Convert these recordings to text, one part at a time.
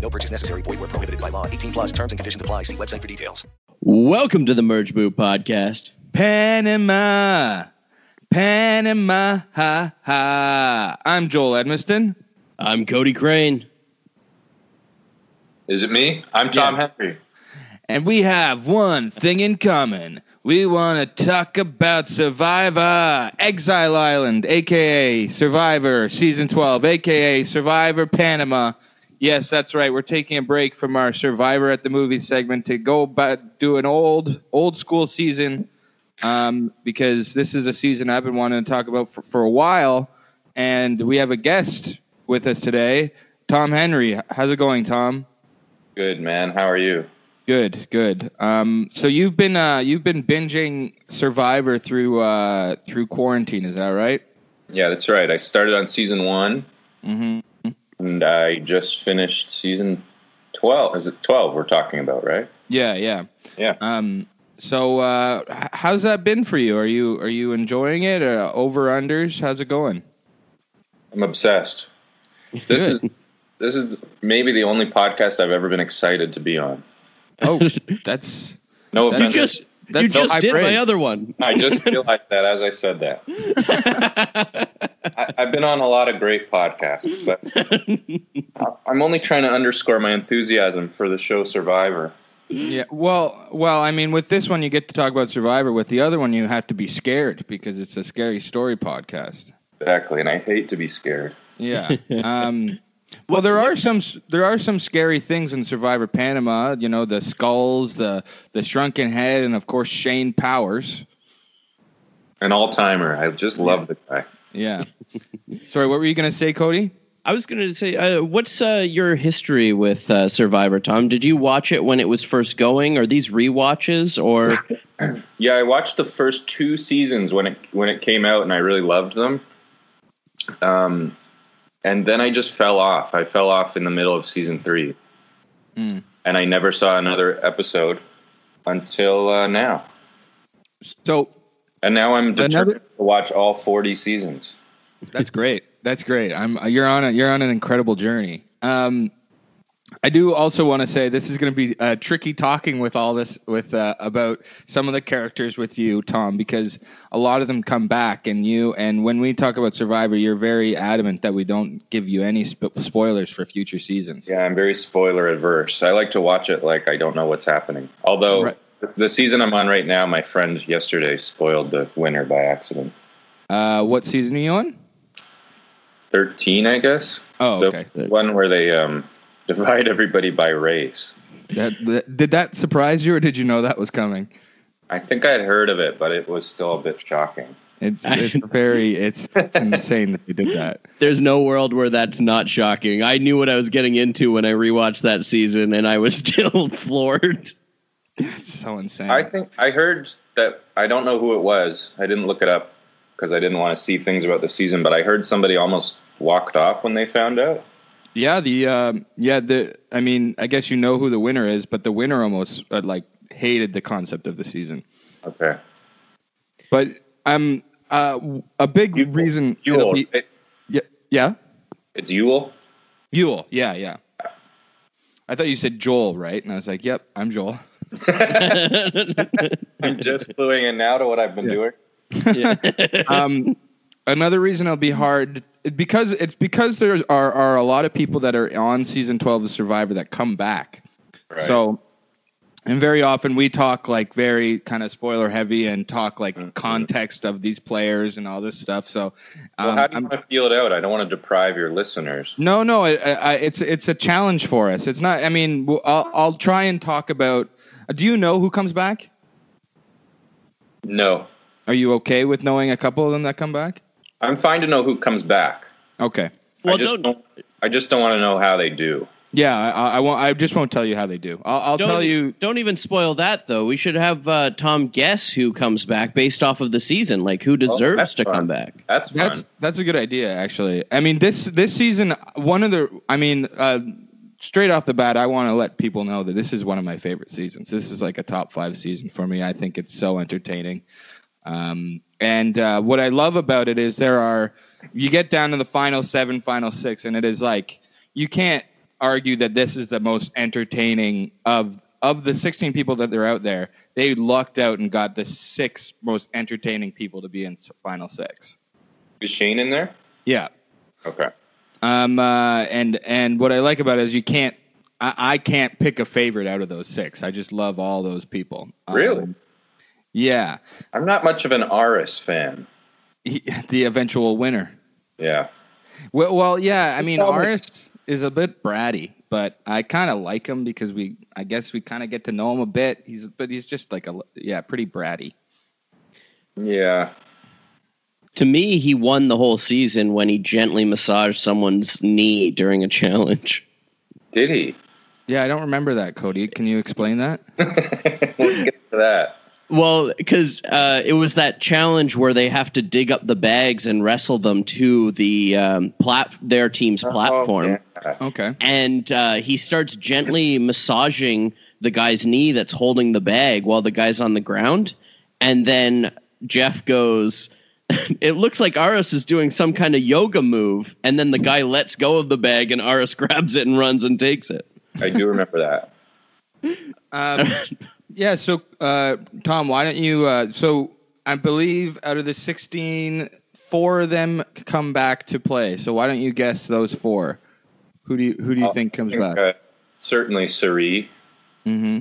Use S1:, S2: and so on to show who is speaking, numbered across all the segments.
S1: No purchase necessary. Void where prohibited by law. 18 plus terms and conditions apply. See website for details.
S2: Welcome to the Merge Boot Podcast. Panama. Panama. Ha, ha. I'm Joel Edmiston. I'm Cody Crane.
S3: Is it me? I'm Tom Henry.
S2: And we have one thing in common. We want to talk about Survivor, Exile Island, aka Survivor Season 12, aka Survivor Panama. Yes, that's right. We're taking a break from our Survivor at the movie segment to go but do an old old school season um, because this is a season I've been wanting to talk about for, for a while, and we have a guest with us today, Tom Henry. How's it going, Tom?
S3: Good man. How are you?
S2: Good, good. Um, so you've been uh, you've been binging Survivor through uh, through quarantine, is that right?
S3: Yeah, that's right. I started on season one,
S2: Mm-hmm.
S3: and I just finished season twelve. Is it twelve we're talking about, right?
S2: Yeah, yeah.
S3: Yeah.
S2: Um, so uh, h- how's that been for you? Are you are you enjoying it? Or over unders? How's it going?
S3: I'm obsessed. This is this is maybe the only podcast I've ever been excited to be on.
S2: Oh, that's
S3: No
S2: That's-
S3: offense.
S2: You just- that's you just high did my praise. other
S4: one.
S3: I just realized that as I said that. I, I've been on a lot of great podcasts, but I'm only trying to underscore my enthusiasm for the show Survivor.
S2: yeah. Well, well. I mean, with this one you get to talk about Survivor. With the other one, you have to be scared because it's a scary story podcast.
S3: Exactly, and I hate to be scared.
S2: Yeah. Um, well, there are some there are some scary things in Survivor Panama. You know, the skulls, the the shrunken head, and of course Shane Powers.
S3: An all timer. I just love the guy.
S2: Yeah. Sorry, what were you going to say, Cody?
S4: I was going to say, uh, what's uh, your history with uh, Survivor, Tom? Did you watch it when it was first going? Are these rewatches or?
S3: Yeah, I watched the first two seasons when it when it came out, and I really loved them. Um, and then I just fell off. I fell off in the middle of season three,
S2: Mm.
S3: and I never saw another episode until uh, now.
S2: So
S3: And now I'm determined
S2: Another-
S3: to watch all forty seasons.
S2: That's great. That's great. I'm you're on a you're on an incredible journey. Um, I do also want to say this is going to be uh, tricky talking with all this with uh, about some of the characters with you, Tom, because a lot of them come back and you and when we talk about Survivor, you're very adamant that we don't give you any sp- spoilers for future seasons.
S3: Yeah, I'm very spoiler adverse. I like to watch it like I don't know what's happening. Although
S2: Right.
S3: the season I'm on right now, my friend yesterday spoiled the winner by accident.
S2: Uh, what season are you on?
S3: Thirteen, I guess.
S2: Oh,
S3: the
S2: okay.
S3: one where they um, divide everybody by race.
S2: That, that, did that surprise you, or did you know that was coming?
S3: I think I'd heard of it, but it was still a bit shocking.
S2: It's, it's very it's insane that you did that.
S4: There's no world where that's not shocking. I knew what I was getting into when I rewatched that season, and I was still floored.
S2: It's so insane.
S3: I think I heard that I don't know who it was. I didn't look it up because I didn't want to see things about the season. But I heard somebody almost walked off when they found out.
S2: Yeah, the um, yeah the I mean, I guess you know who the winner is, but the winner almost uh, like hated the concept of the season.
S3: Okay,
S2: But um, uh, w- a big reason it'll
S3: Yule.
S2: be-
S3: right?
S2: yeah, yeah,
S3: It's Yule.
S2: Yule, yeah, yeah. I thought you said Joel, right? And I was like, "Yep, I'm Joel."
S3: I'm just cluing in now to what I've been doing.
S2: um, another reason it'll be hard it- because it's because there are, are a lot of people that are on season 12 of survivor that come back
S3: Right.
S2: so and very often we talk like very kind of spoiler heavy and talk like
S3: Mm-hmm.
S2: context of these players and all this stuff. So,
S3: Well,
S2: um,
S3: how do you
S2: I'm-
S3: want to feel it out? I don't want to deprive your listeners.
S2: no, no, I, I, I- it's it's a challenge for us. It's not. I mean, w- I'll, I'll try and talk about. uh, Do you know who comes back?
S3: No,
S2: Are you okay with knowing a couple of them that come back?
S3: I'm fine to know who comes back.
S2: Okay.
S4: Well,
S3: I
S4: don't-
S3: just don't. I just don't want to know how they do.
S2: Yeah, I, I- I won't. I just won't tell you how they do. I'll, I'll
S4: don't,
S3: e-
S4: e-,
S2: tell you.
S4: Don't even spoil that though. We should have uh, Tom guess who comes back based off of the season, like who deserves
S3: Oh, that's
S4: to come
S3: fun.
S4: back.
S3: That's fun.
S2: That's that's a good idea, actually. I mean, this this season, one of the. I mean, uh, straight off the bat, I want to let people know that this is one of my favorite seasons. This is like a top five season for me. I think it's so entertaining. Um, and uh, what I love about it is there are you get down to the final seven, final six, and it is like you can't argue that this is the most entertaining of of the 16 people that are out there. They lucked out and got the six most entertaining people to be in s- final six.
S3: Is Shane in there?
S2: Yeah.
S3: Okay.
S2: Um, uh, and and what I like about it is you can't. I, I can't pick a favorite out of those six. I just love all those people. Um,
S3: Really?
S2: yeah.
S3: I'm not much of an Aris fan.
S2: He- the eventual winner.
S3: Yeah.
S2: Well, well yeah. I mean, Aris is a bit bratty, but I kind of like him because we, I guess, we kind of get to know him a bit. He's, but he's just like a, l- yeah, pretty bratty.
S3: Yeah.
S4: To me, he won the whole season when he gently massaged someone's knee during a challenge.
S3: Did he?
S2: Yeah, I don't remember that, Cody. Can you explain that?
S3: Let's get to that.
S4: Well, because uh, it was that challenge where they have to dig up the bags and wrestle them to the um, plat- their team's
S3: Oh,
S4: platform.
S3: yeah.
S2: Okay.
S4: and uh, he starts gently massaging the guy's knee that's holding the bag while the guy's on the ground. And then Jeff goes, It looks like Aris is doing some kind of yoga move. And then the guy lets go of the bag, and Aris grabs it and runs and takes it.
S3: I do remember that.
S2: Um, yeah. So, uh, Tom, why don't you? Uh, so, I believe out of the 16, four of them come back to play. So, why don't you guess those four? Who do you Who do you
S3: Oh,
S2: think comes
S3: I think,
S2: back?
S3: uh, certainly Suri.
S2: hmm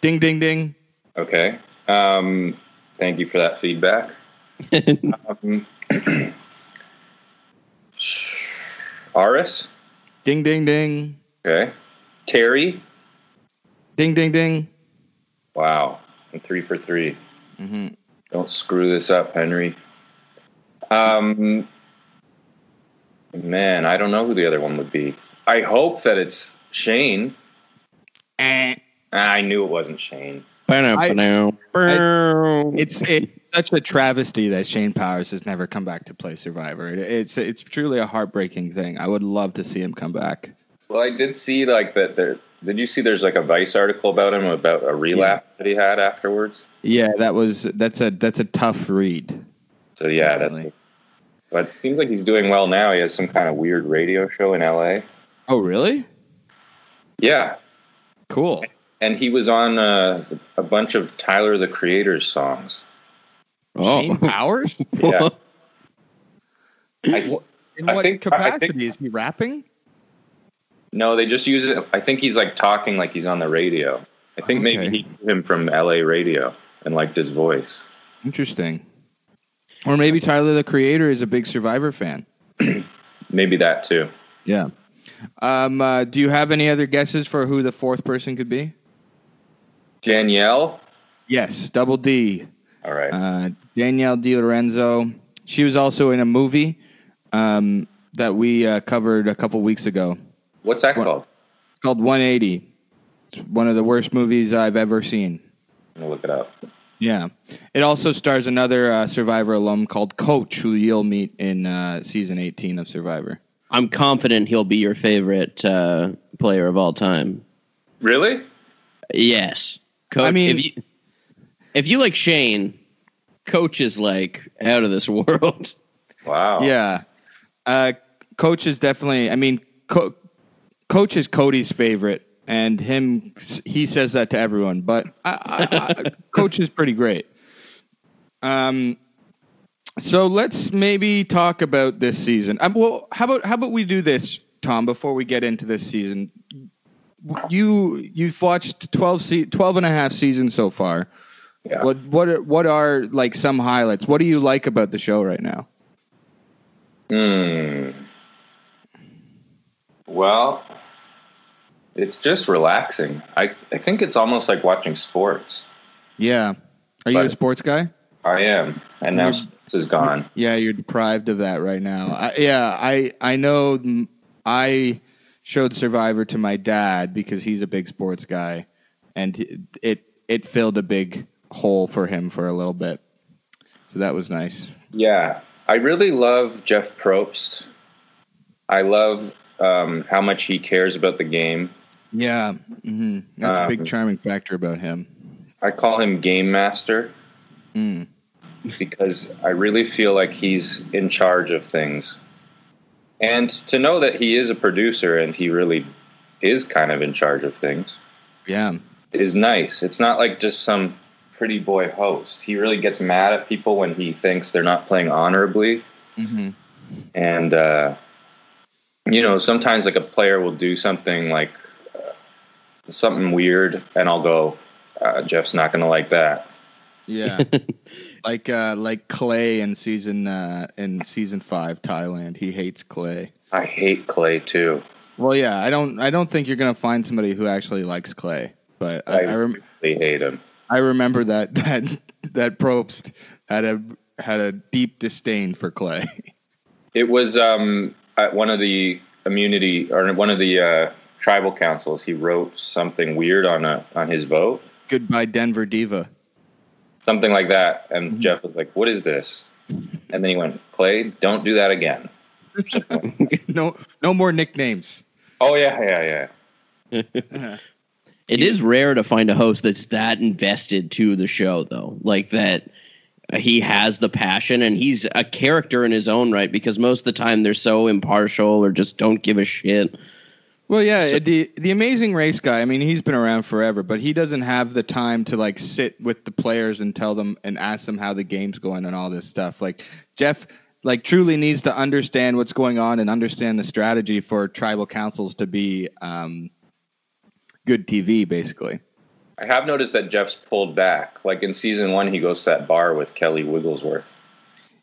S2: Ding, ding, ding.
S3: Okay. Um, thank you for that feedback. um, Aris.
S2: Ding, ding, ding.
S3: Okay. Terry.
S2: Ding, ding, ding.
S3: Wow. And three for 3
S2: hmm
S3: Don't screw this up, Henry. Um, man, I don't know who the other one would be. I hope that it's Shane.
S2: Eh.
S3: Ah, I knew it wasn't Shane.
S2: It's it's such a travesty that Shane Powers has never come back to play Survivor. It, it's it's truly a heartbreaking thing. I would love to see him come back.
S3: Well, I did see like that. There, did you see? There's like a Vice article about him about a relapse that he had afterwards.
S2: Yeah, that was that's a that's a tough read.
S3: So yeah,
S2: Definitely.
S3: that's. But it seems like he's doing well now. He has some kind of weird radio show in L.A.
S2: Oh, really?
S3: Yeah,
S2: Cool.
S3: and he was on uh, a bunch of Tyler the Creator's songs.
S4: Oh.
S2: Shane Powers?
S3: Yeah. I,
S2: In
S3: I
S2: what
S3: think- I- I
S2: capacity
S3: think-
S2: is he rapping?
S3: no, they just use it. I think he's like talking like he's on the radio. I think
S2: Okay.
S3: maybe he knew him from L.A. radio and liked his voice.
S2: Interesting. Or maybe Tyler the Creator is a big Survivor fan.
S3: Maybe that too.
S2: Yeah. Um, uh, do you have any other guesses for who the fourth person could be?
S3: Danielle.
S2: Yes, Double D.
S3: All right.
S2: Uh, Danielle Di Lorenzo. She was also in a movie um, that we uh, covered a couple weeks ago.
S3: What's that
S2: what-
S3: called?
S2: It's called 180. It's one of the worst movies I've ever seen.
S3: I'm gonna look it up.
S2: Yeah. It also stars another uh, Survivor alum called Coach, who you'll meet in uh, season 18 of Survivor.
S4: I'm confident he'll be your favorite uh, player of all time.
S3: Really?
S4: Yes. Coach,
S2: I mean-
S4: if you, if you like Shane, coach is like out of this world.
S3: Wow.
S2: Yeah. Uh, Coach is definitely, I mean, Co- Coach is Cody's favorite, and him, he says that to everyone, but I, I, I, Coach is pretty great. Um, so let's maybe talk about this season. Um, well, how about how about we do this, Tom? Before we get into this season, you you've watched 12, se- 12 and a half seasons so far.
S3: Yeah.
S2: What what are, what are like some highlights? What do you like about the show right now?
S3: Hmm. Well, it's just relaxing. I, I think it's almost like watching sports.
S2: Yeah. Are you a
S3: But-
S2: sports guy?
S3: I am, and
S4: Hmm.
S3: now sports is gone.
S2: Yeah, you're deprived of that right now. I, yeah, I I know. mm, I showed Survivor to my dad because he's a big sports guy, and it it filled a big hole for him for a little bit. So that was nice.
S3: Yeah, I really love Jeff Probst. I love um, how much he cares about the game.
S2: Yeah, hmm that's a big
S3: Um,
S2: charming factor about him.
S3: I call him Game Master
S2: Mm.
S3: because I really feel like he's in charge of things. And to know that he is a producer and he really is kind of in charge of things
S2: Yeah,
S3: is nice. It's not like just some pretty boy host. He really gets mad at people when he thinks they're not playing honorably.
S2: Mhm.
S3: And, uh, you know, sometimes like a player will do something like uh, something weird, and I'll go, uh, Jeff's not going to like that.
S2: yeah, like uh, like Clay in season uh, in season five Thailand. He hates Clay.
S3: I hate Clay too.
S2: Well, yeah, I don't I don't think you're gonna find somebody who actually likes Clay. But I,
S3: I,
S2: I, rem-
S3: really hate him.
S2: I remember that that that Probst had a had a deep disdain for Clay.
S3: It was um, at one of the immunity or one of the uh, tribal councils. He wrote something weird on a on his vote,
S2: Goodbye, Denver diva.
S3: something like that. And
S2: Mm-hmm.
S3: Jeff was like, "What is this?" And then he went, "Clay, don't do that again."
S2: No, no more nicknames.
S3: Oh yeah, yeah, yeah.
S4: It is rare to find a host that's that invested to the show, though. Like that, he has the passion and he's a character in his own right. Because most of the time they're so impartial or just don't give a shit.
S2: Well, yeah, the the Amazing Race guy. I mean, he's been around forever, but he doesn't have the time to like sit with the players and tell them and ask them how the game's going and all this stuff. Like Jeff, like truly needs to understand what's going on and understand the strategy for tribal councils to be um, good TV, basically.
S3: I have noticed that Jeff's pulled back. Like in season one, he goes to that bar with Kelly Wigglesworth.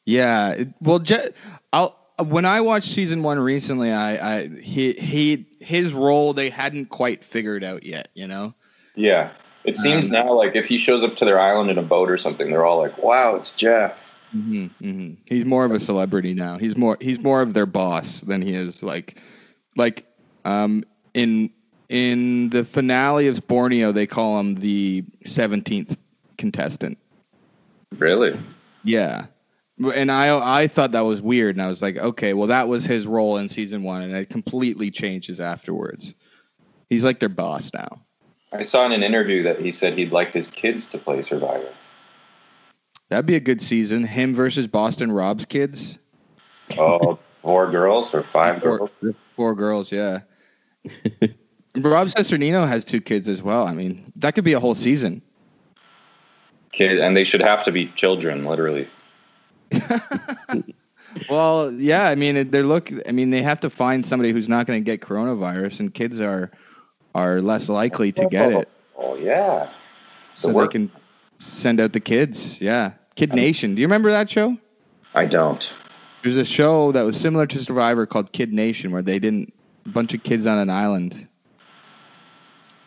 S2: Yeah. it- Well, Je- I'll, when I watched season one recently, I, I he he his role they hadn't quite figured out yet. You know.
S3: Yeah, it seems now like if he shows up to their island in a boat or something, they're all like, "Wow, it's Jeff."
S2: hmm He's more of a celebrity now. He's more he's more of their boss than he is like like um in in the finale of Borneo they call him the seventeenth contestant.
S3: Really?
S2: Yeah. And I I thought that was weird, and I was like, okay, well, that was his role in season one, and it completely changes afterwards. He's like their boss now.
S3: I saw in an interview that he said he'd like his kids to play Survivor.
S2: That'd be a good season. Him versus Boston Rob's kids,
S3: Oh, four girls or five
S2: four,
S3: girls?
S2: four girls, yeah. Rob Cesternino has two kids as well. I mean, that could be a whole season.
S3: Kid, and they should have to be children, literally.
S2: Well, yeah, I mean, they're look. I mean, they have to find somebody who's not going to get coronavirus, and kids are are less likely to get it.
S3: Oh yeah.
S2: so
S3: work-
S2: they can send out the kids. Yeah, Kid Nation. Do you remember that show?
S3: I don't.
S2: There's a show that was similar to Survivor called Kid Nation, where they didn't a bunch of kids on an island,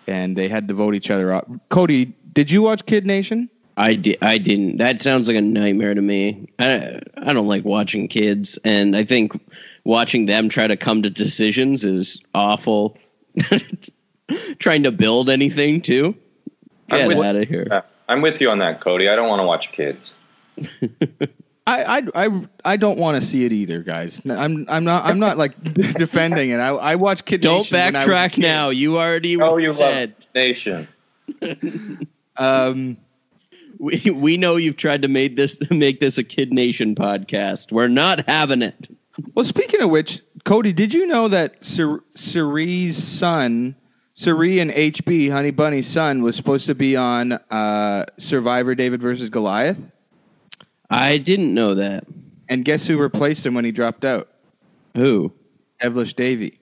S2: and they had to vote each other up. Cody, did you watch Kid Nation?
S4: I di- I didn't. That sounds like a nightmare to me. I I don't like watching kids, and I think watching them try to come to decisions is awful. Trying to build anything too.
S3: I'm
S4: Get
S3: with-
S4: out of here.
S3: Uh, I'm with you on that, Cody. I don't want to watch kids.
S2: I, I, I, I don't want to see it either, guys. No, I'm I'm not I'm not like defending it. I, I watch Kid
S4: Don't
S2: Nation. when I was a
S4: backtrack
S2: kid.
S4: now. You already
S3: Oh, you
S4: said
S3: love Nation.
S2: Um,
S4: we, we know you've tried to make this make this a Kid Nation podcast. We're not having it.
S2: Well, speaking of which, Cody, did you know that Sir, Siri's son, Siri and HB, Honey Bunny's son, was supposed to be on uh, Survivor David versus Goliath?
S4: I didn't know that.
S2: And guess who replaced him when he dropped out?
S4: Who?
S2: Devilish Davy.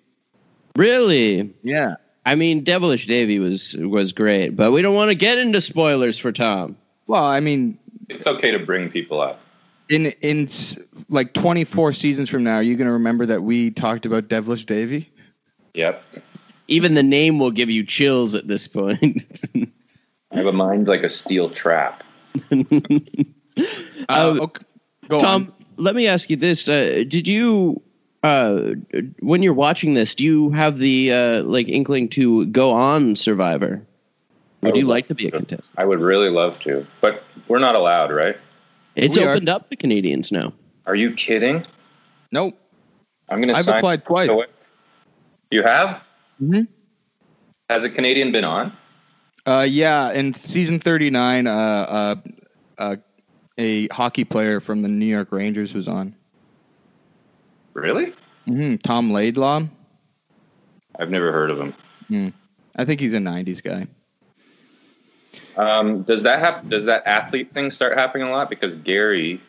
S4: Really?
S2: Yeah.
S4: I mean, Devilish Davy was was great, but we don't want to get into spoilers for Tom.
S2: Well, I mean,
S3: It's okay to bring people up.
S2: in in s- like 24 seasons from now, are you going to remember that we talked about Devilish Davy?
S3: Yep.
S4: Even the name will give you chills at this point.
S3: I have a mind like a steel trap.
S2: Uh, okay. Go
S4: Tom, let me ask you this: uh, Did you, uh, when you're watching this, do you have the uh, like inkling to go on Survivor? Would you like to be a contestant?
S3: I would really love to, but we're not allowed, right?
S4: It's
S2: We are.
S4: opened up to Canadians now.
S3: Are you kidding?
S2: Nope.
S3: I'm gonna.
S2: I've
S3: sign-
S2: applied twice.
S3: You have?
S2: Mhm.
S3: Has a Canadian been on?
S2: Uh, yeah, in season 39, uh, uh, uh, a hockey player from the New York Rangers was on.
S3: Really?
S2: hmm Tom Laidlaw.
S3: I've never heard of him.
S2: I think he's a 90s guy.
S3: Um, does that hap- Does that athlete thing start happening a lot? Because Gary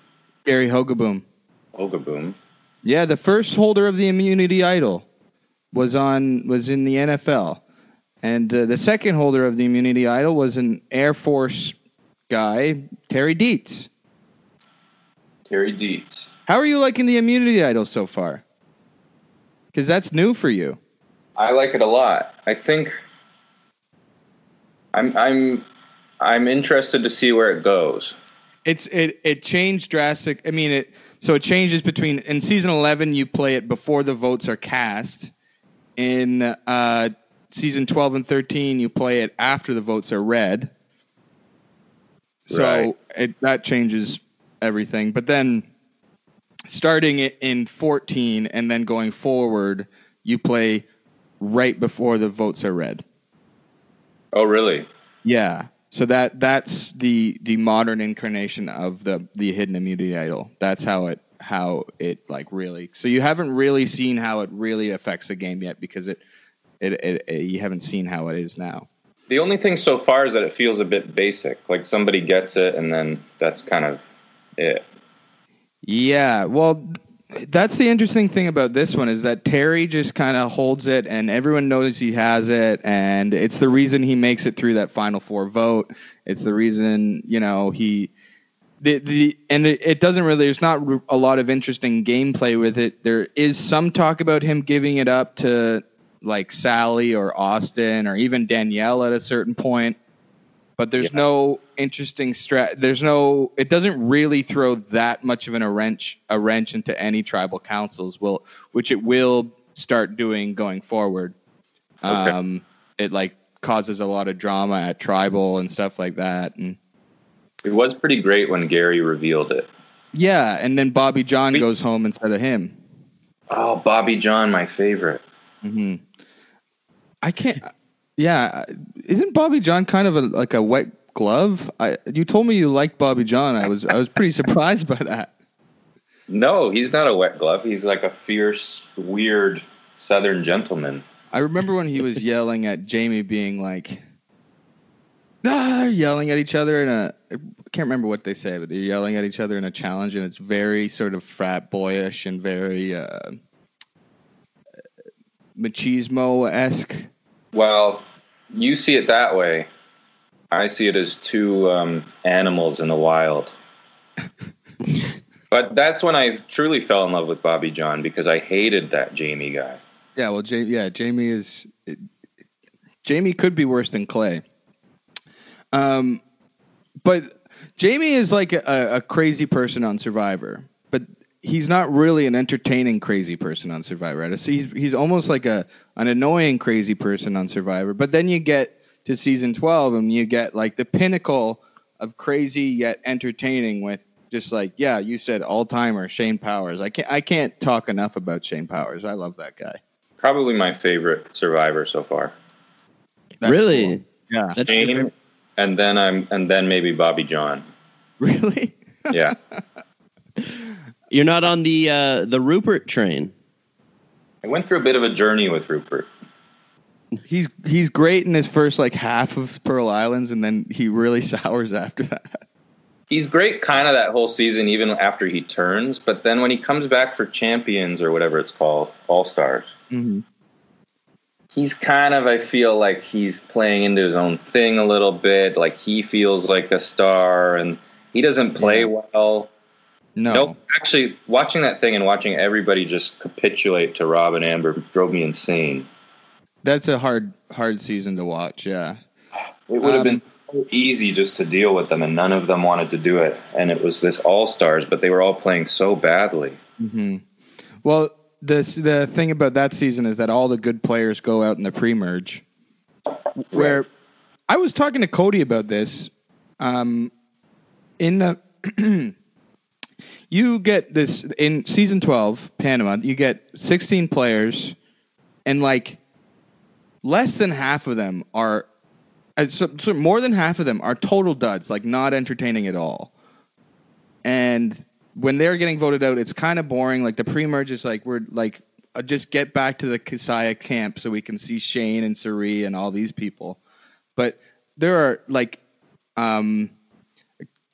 S2: Gary Hogaboom.
S3: Ogaboom.
S2: Yeah, the first holder of the immunity idol was on was in the NFL, and uh, the second holder of the immunity idol was an Air Force guy, Terry Dietz.
S3: Terry Dietz.
S2: How are you liking the immunity idol so far? Because that's new for you.
S3: I like it a lot. I think I'm I'm I'm interested to see where it goes.
S2: It's it it changed drastic. I mean it. So it changes between in season eleven you play it before the votes are cast. In uh, season twelve and thirteen you play it after the votes are read. So
S3: Right.
S2: it that changes everything. But then starting it in fourteen and then going forward, you play right before the votes are read.
S3: Oh, really?
S2: Yeah. So that that's the the modern incarnation of the the hidden immunity idol. That's how it how it like really. So you haven't really seen how it really affects the game yet because it it, it, it you haven't seen how it is now.
S3: The only thing so far is that it feels a bit basic. Like somebody gets it, and then that's kind of it.
S2: Yeah. Well, that's the interesting thing about this one is that Terry just kind of holds it and everyone knows he has it and it's the reason he makes it through that final four vote. It's the reason, you know, he the, the and it, it doesn't really there's not r- a lot of interesting gameplay with it. There is some talk about him giving it up to like Sally or Austin or even Danielle at a certain point but there's no interesting strat. There's no. It doesn't really throw that much of an, a wrench a wrench into any tribal councils. Will which it will start doing going forward. Um, it like causes a lot of drama at tribal and stuff like that. And
S3: It was pretty great when Gary revealed it.
S2: yeah, and then Bobby John
S3: We-
S2: goes home instead of him.
S3: Oh, Bobby John, my favorite.
S2: hmm I can't. Yeah, isn't Bobby John kind of a, like a wet glove? I you told me you liked Bobby John. I was I was pretty surprised by that.
S3: No, he's not a wet glove. He's like a fierce, weird Southern gentleman.
S2: I remember when he was yelling at Jamie, being like, ah, they're yelling at each other in a. I can't remember what they say, but they're yelling at each other in a challenge, and it's very sort of frat boyish and very uh, machismo esque.
S3: Well, you see it that way. I see it as two um, animals in the wild. but that's when I truly fell in love with Bobby John because I hated that Jamie guy.
S2: Yeah, well, Jamie, yeah, Jamie is. it- Jamie could be worse than Clay. Um, but Jamie is like a, a crazy person on Survivor, but he's not really an entertaining crazy person on Survivor. Right? So he's he's almost like a an annoying crazy person on Survivor. But then you get to season twelve, and you get like the pinnacle of crazy yet entertaining with just like yeah, you said all timer Shane Powers. I can't I can't talk enough about Shane Powers. I love that guy.
S3: Probably my favorite survivor so far.
S2: That's
S4: really?
S2: cool. Yeah.
S4: That's your
S3: Jamie,
S4: favorite-
S3: and then I'm and then maybe Bobby John.
S2: Really?
S3: Yeah.
S4: You're not on the uh, the Rupert train.
S3: I went through a bit of a journey with Rupert.
S2: He's he's great in his first like half of Pearl Islands and then he really sours after that.
S3: He's great kind of that whole season even after he turns, but then when he comes back for champions or whatever it's called, all stars. he's kind of I feel like he's playing into his own thing a little bit. Like he feels like a star, and he doesn't play well.
S2: No.
S3: Nope. Actually, watching that thing and watching everybody just capitulate to Rob and Amber drove me insane.
S2: That's a hard hard season to watch, yeah.
S3: It would have
S2: Um,
S3: been so easy just to deal with them, and none of them wanted to do it. And it was this all stars, but they were all playing so badly.
S2: Mm-hmm. Well, the the thing about that season is that all the good players go out in the pre-merge. Where I was talking to Cody about this, um, in the you get this in season twelve Panama, you get sixteen players, and like less than half of them are. uh, So, so more than half of them are total duds, like not entertaining at all and when they're getting voted out, it's kind of boring. Like the pre-merge is like we're like uh, just get back to the Kasaya camp so we can see Shane and Sari and all these people. But there are like um,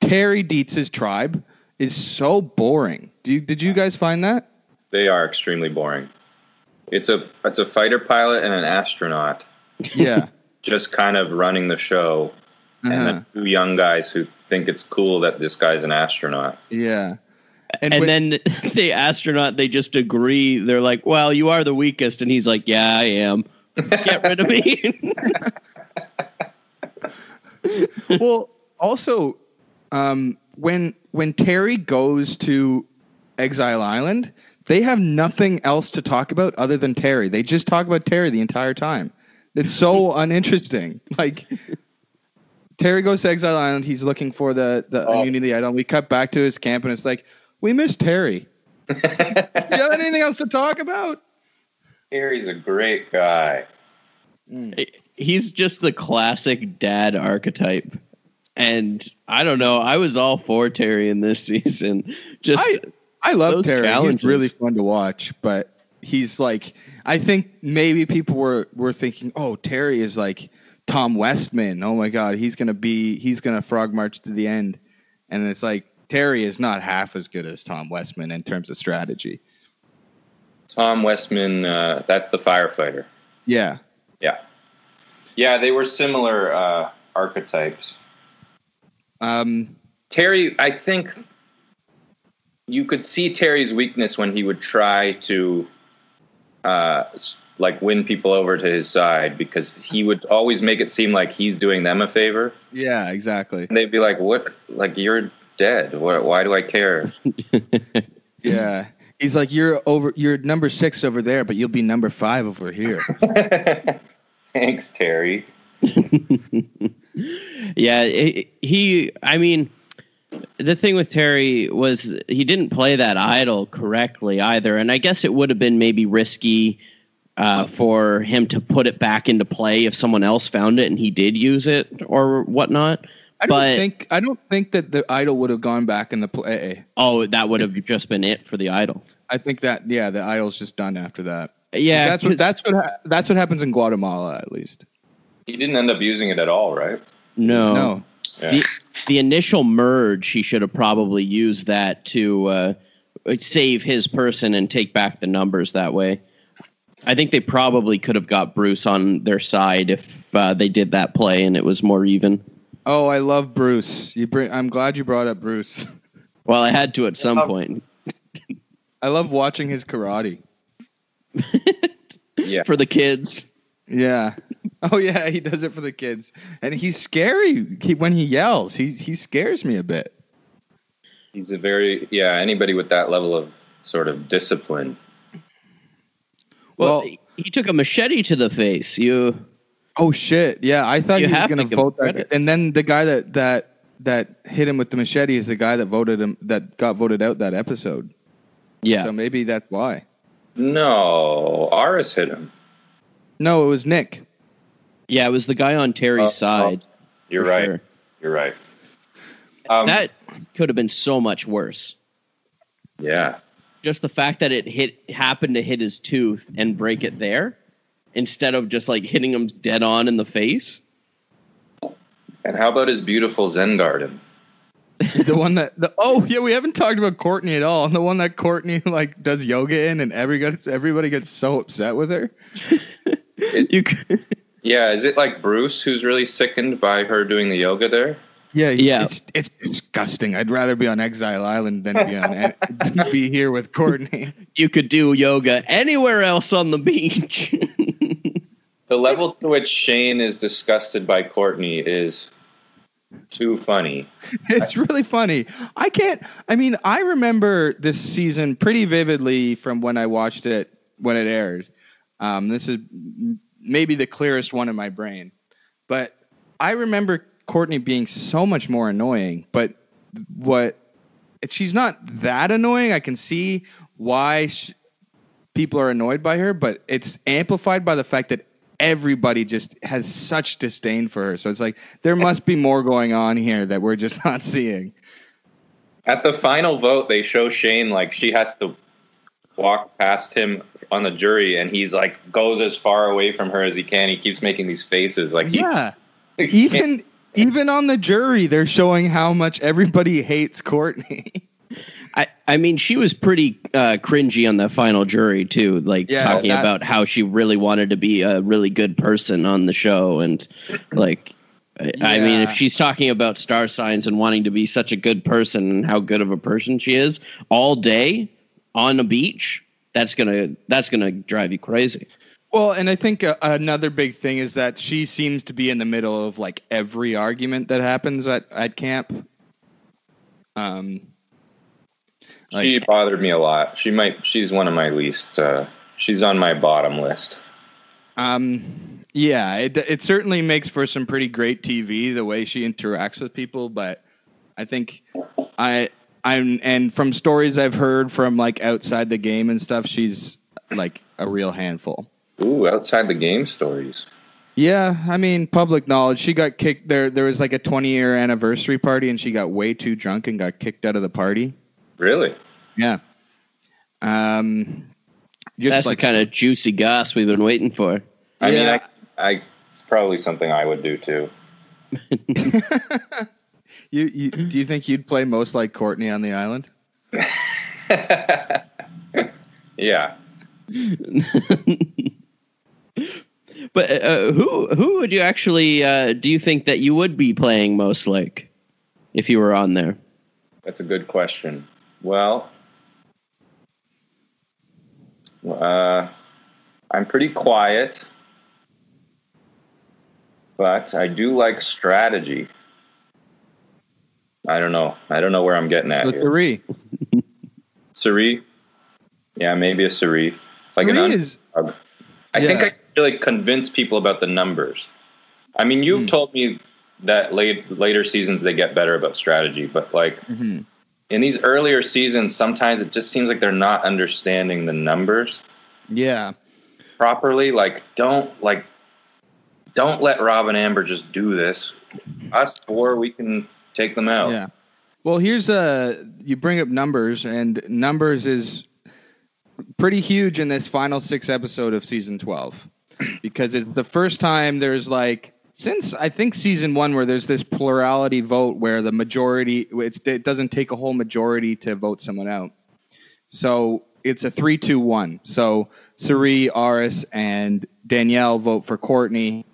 S2: Terry Dietz's tribe is so boring. Do you, did you guys find that?
S3: They are extremely boring. It's a it's a fighter pilot and an astronaut
S2: Yeah.
S3: just kind of running the show, and then
S4: Mm-hmm.
S3: two young guys who think it's cool that this guy's an astronaut.
S2: yeah.
S4: and
S2: when-
S4: then the, the astronaut they just agree they're like well you are the weakest and he's like yeah i am get rid of me
S2: well, also, um, when when Terry goes to Exile Island, they have nothing else to talk about other than Terry. They just talk about Terry the entire time. It's so uninteresting. Like Terry goes to Exile Island, he's looking for the the immunity idol. We cut back to his camp, and it's like we miss Terry. Do you have anything else to talk about?
S3: Harry's a great guy.
S4: Mm. he's just the classic dad archetype and i don't know i was all for terry in this season just
S2: I I love
S4: those
S2: Terry.
S4: challenges.
S2: He's really fun to watch, but he's like I think maybe people were were thinking, "Oh, Terry is like Tom Westman. Oh my god, he's going to be he's going to frog march to the end." And it's like Terry is not half as good as Tom Westman in terms of strategy.
S3: Tom Westman, uh, that's the firefighter.
S2: Yeah.
S3: Yeah, yeah, they were similar uh, archetypes.
S2: Um
S3: Terry, I think you could see Terry's weakness when he would try to uh, s- like win people over to his side because he would always make it seem like he's doing them a favor,
S2: yeah, exactly.
S3: and they'd be like, "What? Like you're dead? Why, why do I care?"
S2: Yeah. He's like you're over you're number 6 over there, but you'll be number 5 over here.
S3: Thanks, Terry.
S4: yeah he, he i mean the thing with terry was he didn't play that idol correctly either and i guess it would have been maybe risky uh, for him to put it back into play if someone else found it and he did use it or whatnot
S2: I don't
S4: but
S2: think I don't think that the idol would have gone back in the play.
S4: oh that would have just been it for the idol
S2: I think that yeah, the idol's just done after that.
S4: yeah
S2: that's what
S4: 'cause-
S2: that's what ha- that's what happens in Guatemala at least.
S3: He didn't end up using it at all, right?
S4: no
S2: No,
S3: Yeah.
S4: the, the initial merge he should have probably used that to uh, save his person and take back the numbers that way i think they probably could have got bruce on their side if uh, they did that play and it was more even
S2: oh, I love Bruce. You bring. I'm glad you brought up Bruce.
S4: well i had to at some
S3: Um,
S4: point
S2: I love watching his karate.
S3: yeah.
S4: for the kids
S2: Yeah. Oh yeah, he does it for the kids, and he's scary. He, when he yells, he he scares me a bit.
S3: He's a very yeah. Anybody with that level of sort of discipline.
S4: well,
S2: Well,
S4: he took a machete to the face you
S2: oh shit, yeah. I thought
S4: You
S2: he was
S4: have to
S2: gonna
S4: give him
S2: vote that,
S4: credit.
S2: guy- and then the guy that that that hit him with the machete is the guy that voted him that got voted out that episode.
S4: yeah
S2: So maybe that's why.
S3: No, Aris hit him.
S2: No, it was Nick.
S4: yeah it was the guy on terry's
S3: Uh,
S4: side
S3: You're
S4: for
S3: right.
S4: sure.
S3: You're right. Um,
S4: that could have been so much worse
S3: yeah.
S4: just the fact that it hit happened to hit his tooth and break it there instead of just like hitting him dead on in the face
S3: And how about his beautiful Zen garden?
S2: the one that the oh yeah we haven't talked about courtney at all and the one that courtney like does yoga in and every gets everybody gets so upset with her
S3: Is,
S4: You c-
S3: yeah, is it like Bruce who's really sickened by her doing the yoga there?
S2: Yeah,
S4: Yeah.
S2: It's, it's disgusting. I'd rather be on Exile Island than be on be here with Courtney.
S4: you could do yoga anywhere else on the beach.
S3: The level to which Shane is disgusted by Courtney is too funny.
S2: It's really funny. I can't. I mean, I remember this season pretty vividly from when I watched it when it aired. Um, this is m- maybe the clearest one in my brain, but I remember Courtney being so much more annoying. But what she's not that annoying. I can see why sh- people are annoyed by her, but it's amplified by the fact that everybody just has such disdain for her. So it's like there must be more going on here that we're just not seeing.
S3: At the final vote, they show Shane like she has to walk past him on the jury, and he's like goes as far away from her as he can. He keeps making these faces, like he-
S2: Yeah,
S3: he can't-
S2: even even on the jury, they're showing how much everybody hates Courtney.
S4: I, I mean, she was pretty uh, cringy on the final jury too, like
S2: Yeah,
S4: talking
S2: that-
S4: about how she really wanted to be a really good person on the show, and like, I I mean, if
S2: Yeah.
S4: she's talking about star signs and wanting to be such a good person and how good of a person she is all day on a beach, that's gonna that's gonna drive you crazy.
S2: Well, and I think uh, another big thing is that she seems to be in the middle of like every argument that happens at, at camp. Um,
S3: she bothered me a lot. She might. She's one of my least. Uh, she's on my bottom list.
S2: um, yeah, it it certainly makes for some pretty great TV the way she interacts with people, but I think I I'm and from stories I've heard from like outside the game and stuff, she's like a real handful.
S3: Ooh, outside the game stories.
S2: Yeah, I mean, public knowledge. She got kicked there. There was like a 20 year anniversary party, and she got way too drunk and got kicked out of the party.
S3: Really?
S2: Yeah. Um, just
S4: That's
S2: like
S4: the kind of juicy goss we've been waiting for.
S3: I mean,
S2: Yeah.
S3: I, I. It's probably something I would do too.
S2: you, you. Do you think you'd play most like Courtney on the island?
S3: Yeah.
S4: But uh, who who would you actually uh, do you think that you would be playing most like if you were on there?
S3: That's a good question. Well, uh, I'm pretty quiet, but I do like strategy. I don't know. I don't know where I'm getting at
S2: The
S3: here.
S2: three.
S3: Suri? Yeah, maybe a Suri. Like an
S2: Three
S3: un-
S2: is
S3: I think
S2: Yeah.
S3: I can really convince people about the numbers. I mean, you've
S2: Hmm.
S3: told me that late, later seasons they get better about strategy, but like
S2: Mm-hmm.
S3: in these earlier seasons, sometimes it just seems like they're not understanding the numbers
S2: yeah.
S3: properly. Like, don't like, don't let Rob and Amber just do this. Us four, we can take them out.
S2: Yeah. Well, here's uh you bring up numbers and numbers is pretty huge in this final 6 episode of season 12 because it's the first time there's like since I think season 1 where there's this plurality vote where the majority it's, it doesn't take a whole majority to vote someone out. So it's a 3 2 1. So Suri, Aris, and Danielle vote for Courtney.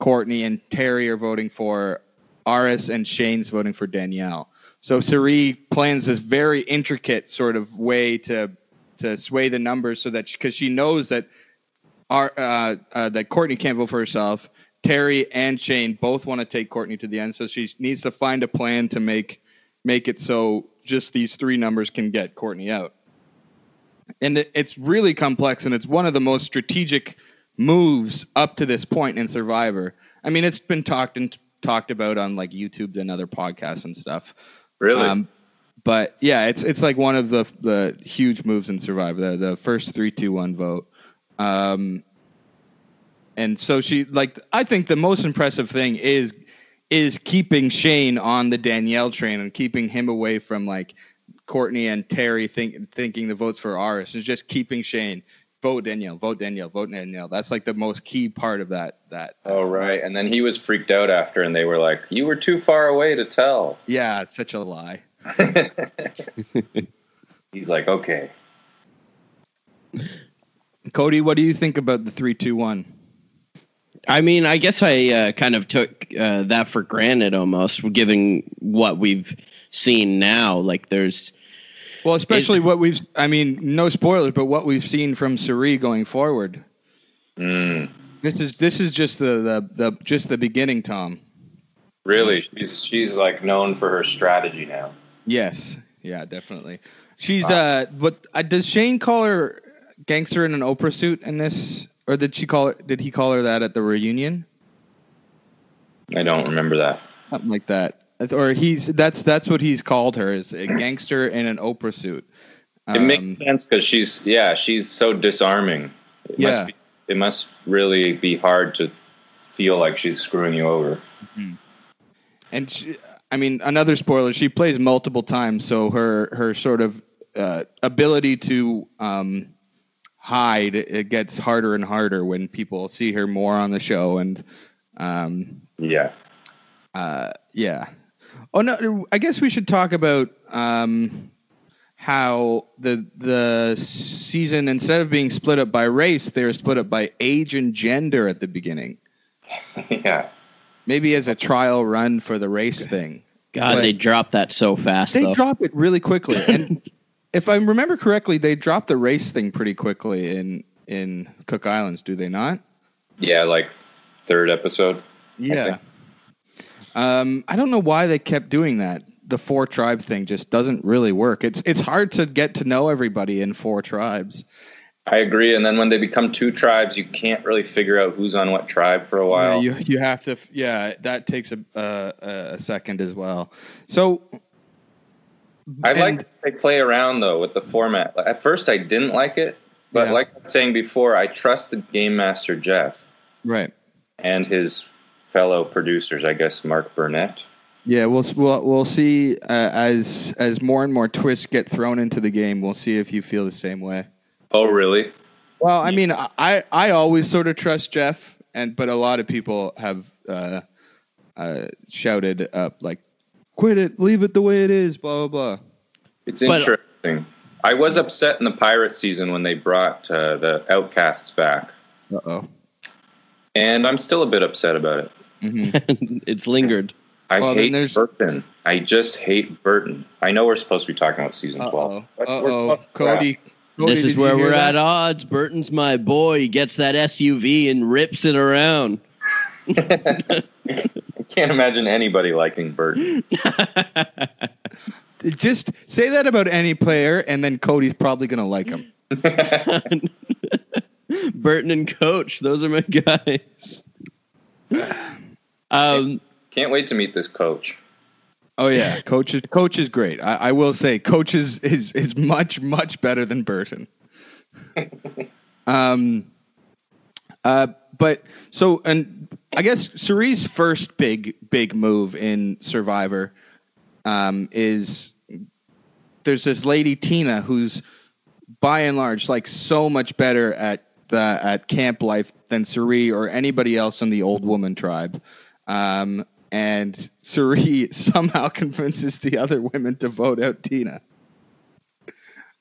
S2: Courtney and Terry are voting for Aris, and Shane's voting for Danielle. So Suri plans this very intricate sort of way to to sway the numbers so that because she, knows that our, uh, uh, that Courtney can't vote for herself. Terry and Shane both want to take Courtney to the end, so she needs to find a plan to make make it so just these three numbers can get Courtney out. And it, it's really complex, and it's one of the most strategic moves up to this point in Survivor. I mean, it's been talked and talked about on like YouTube and other podcasts and stuff. Um,
S3: Really?
S2: but yeah, it's it's like one of the the huge moves in Survivor, the, the first three, two, one vote. Um, and so she like I think the most impressive thing is is keeping Shane on the Danielle train and keeping him away from like Courtney and Terry think, thinking the votes for Aris is just keeping Shane vote Danielle, vote Danielle, vote Danielle. That's like the most key part of that that
S3: oh, right. And then he was freaked out after, and they were like, "You were too far away to tell."
S2: yeah, it's such a lie.
S3: He's like, "Okay."
S2: Cody, what do you think about the three two one?
S4: I mean, I guess I uh, kind of took uh, that for granted almost, given what we've seen now. Like, there's
S2: Well, especially what we've, I mean, no spoilers, but what we've seen from Suri going forward.
S3: Mm,
S2: This is this is just the, the, the just the beginning, Tom.
S3: really, she's she's like known for her strategy now.
S2: Yes, yeah, definitely. She's uh, but uh, does Shane call her gangster in an Oprah suit in this, or did she call it? Did he call her that at the reunion?
S3: I don't remember that.
S2: something like that. Or he's that's that's what he's called her is a gangster in an Oprah suit.
S3: It
S2: Um,
S3: makes sense because she's yeah, she's so disarming. It
S2: Yeah.
S3: must be, it must really be hard to feel like she's screwing you over.
S2: and she, I mean another spoiler. She plays multiple times, so her her sort of uh, ability to um, hide it gets harder and harder when people see her more on the show. And um,
S3: Yeah.
S2: yeah, oh no, I guess we should talk about um, how the the season instead of being split up by race, they were split up by age and gender at the beginning.
S3: Yeah.
S2: maybe as a trial run for the race thing.
S4: God,
S2: But
S4: they dropped that so fast.
S2: They
S4: though.
S2: drop it really quickly, and if I remember correctly, they dropped the race thing pretty quickly in in Cook Islands. Do they not?
S3: Yeah, like third episode.
S2: Yeah. Um, I don't know why they kept doing that. The four tribe thing just doesn't really work. It's it's hard to get to know everybody in four tribes.
S3: I agree. And then when they become two tribes, you can't really figure out who's on what tribe for a while.
S2: Yeah, you you have to. f- Yeah, that takes a uh, a second as well. So
S3: I like
S2: and-
S3: that they play around though with the format. Like, At first, I didn't like it, but
S2: Yeah.
S3: like I was saying before, I trust the game master Jeff
S2: right.
S3: and his fellow producers. I guess Mark Burnett.
S2: Yeah, we'll we'll we'll see uh, as as more and more twists get thrown into the game. We'll see if you feel the same way.
S3: Oh, really?
S2: Well, I mean, I I always sort of trust Jeff, and but a lot of people have uh, uh, shouted up like, "Quit it, leave it the way it is," blah blah blah.
S3: It's
S2: uh,
S4: But-
S3: interesting. I was upset in the pirate season when they brought uh, the outcasts back,
S2: Uh oh.
S3: and I'm still a bit upset about it.
S2: Mm-hmm.
S4: it's lingered.
S3: I
S2: Well, then
S3: hate
S2: there's-
S3: Burton. I just hate Burton. I know we're supposed to be talking about season
S2: Uh
S3: twelve.
S2: oh. Uh
S3: But we're
S2: oh.
S3: talking about-
S2: Cody. Cody,
S4: This is
S2: did you
S4: where
S2: hear
S4: we're
S2: that?
S4: at odds. Burton's my boy. He gets that SUV and rips it around.
S3: I can't imagine anybody liking Burton.
S2: Just say that about any player, and then Cody's probably gonna like him.
S4: Burton and Coach, those are my guys. Um,
S3: Can't wait to meet this coach.
S2: Oh yeah, coach is coach is great. I, I will say, coach is, is is much much better than Burton. um, uh, but so and I guess Suri's first big big move in Survivor, um, is there's this lady Tina who's by and large like so much better at the at camp life than Suri or anybody else in the old woman tribe. Um, and Suri somehow convinces the other women to vote out Tina.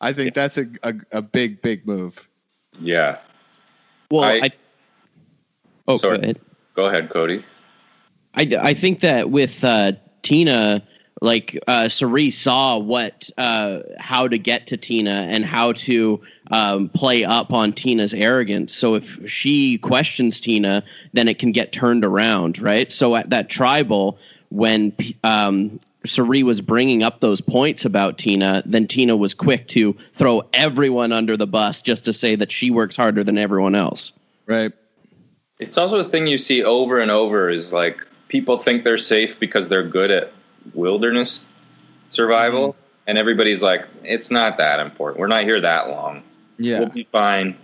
S2: I think that's a, a a big big move.
S3: Yeah.
S4: well, I,
S3: I-
S4: oh,
S3: Sorry.
S4: go ahead.
S3: Go ahead, Cody.
S4: I, I think that with uh, Tina, like uh, Cerise saw what uh, how to get to Tina and how to um, play up on Tina's arrogance. So if she questions Tina, then it can get turned around, right? So at that tribal, when P- um, Sari was bringing up those points about Tina, then Tina was quick to throw everyone under the bus just to say that she works harder than everyone else.
S2: Right.
S3: It's also a thing you see over and over is like people think they're safe because they're good at wilderness survival. And everybody's like, it's not that important. We're not here that long.
S2: Yeah.
S3: We'll be fine.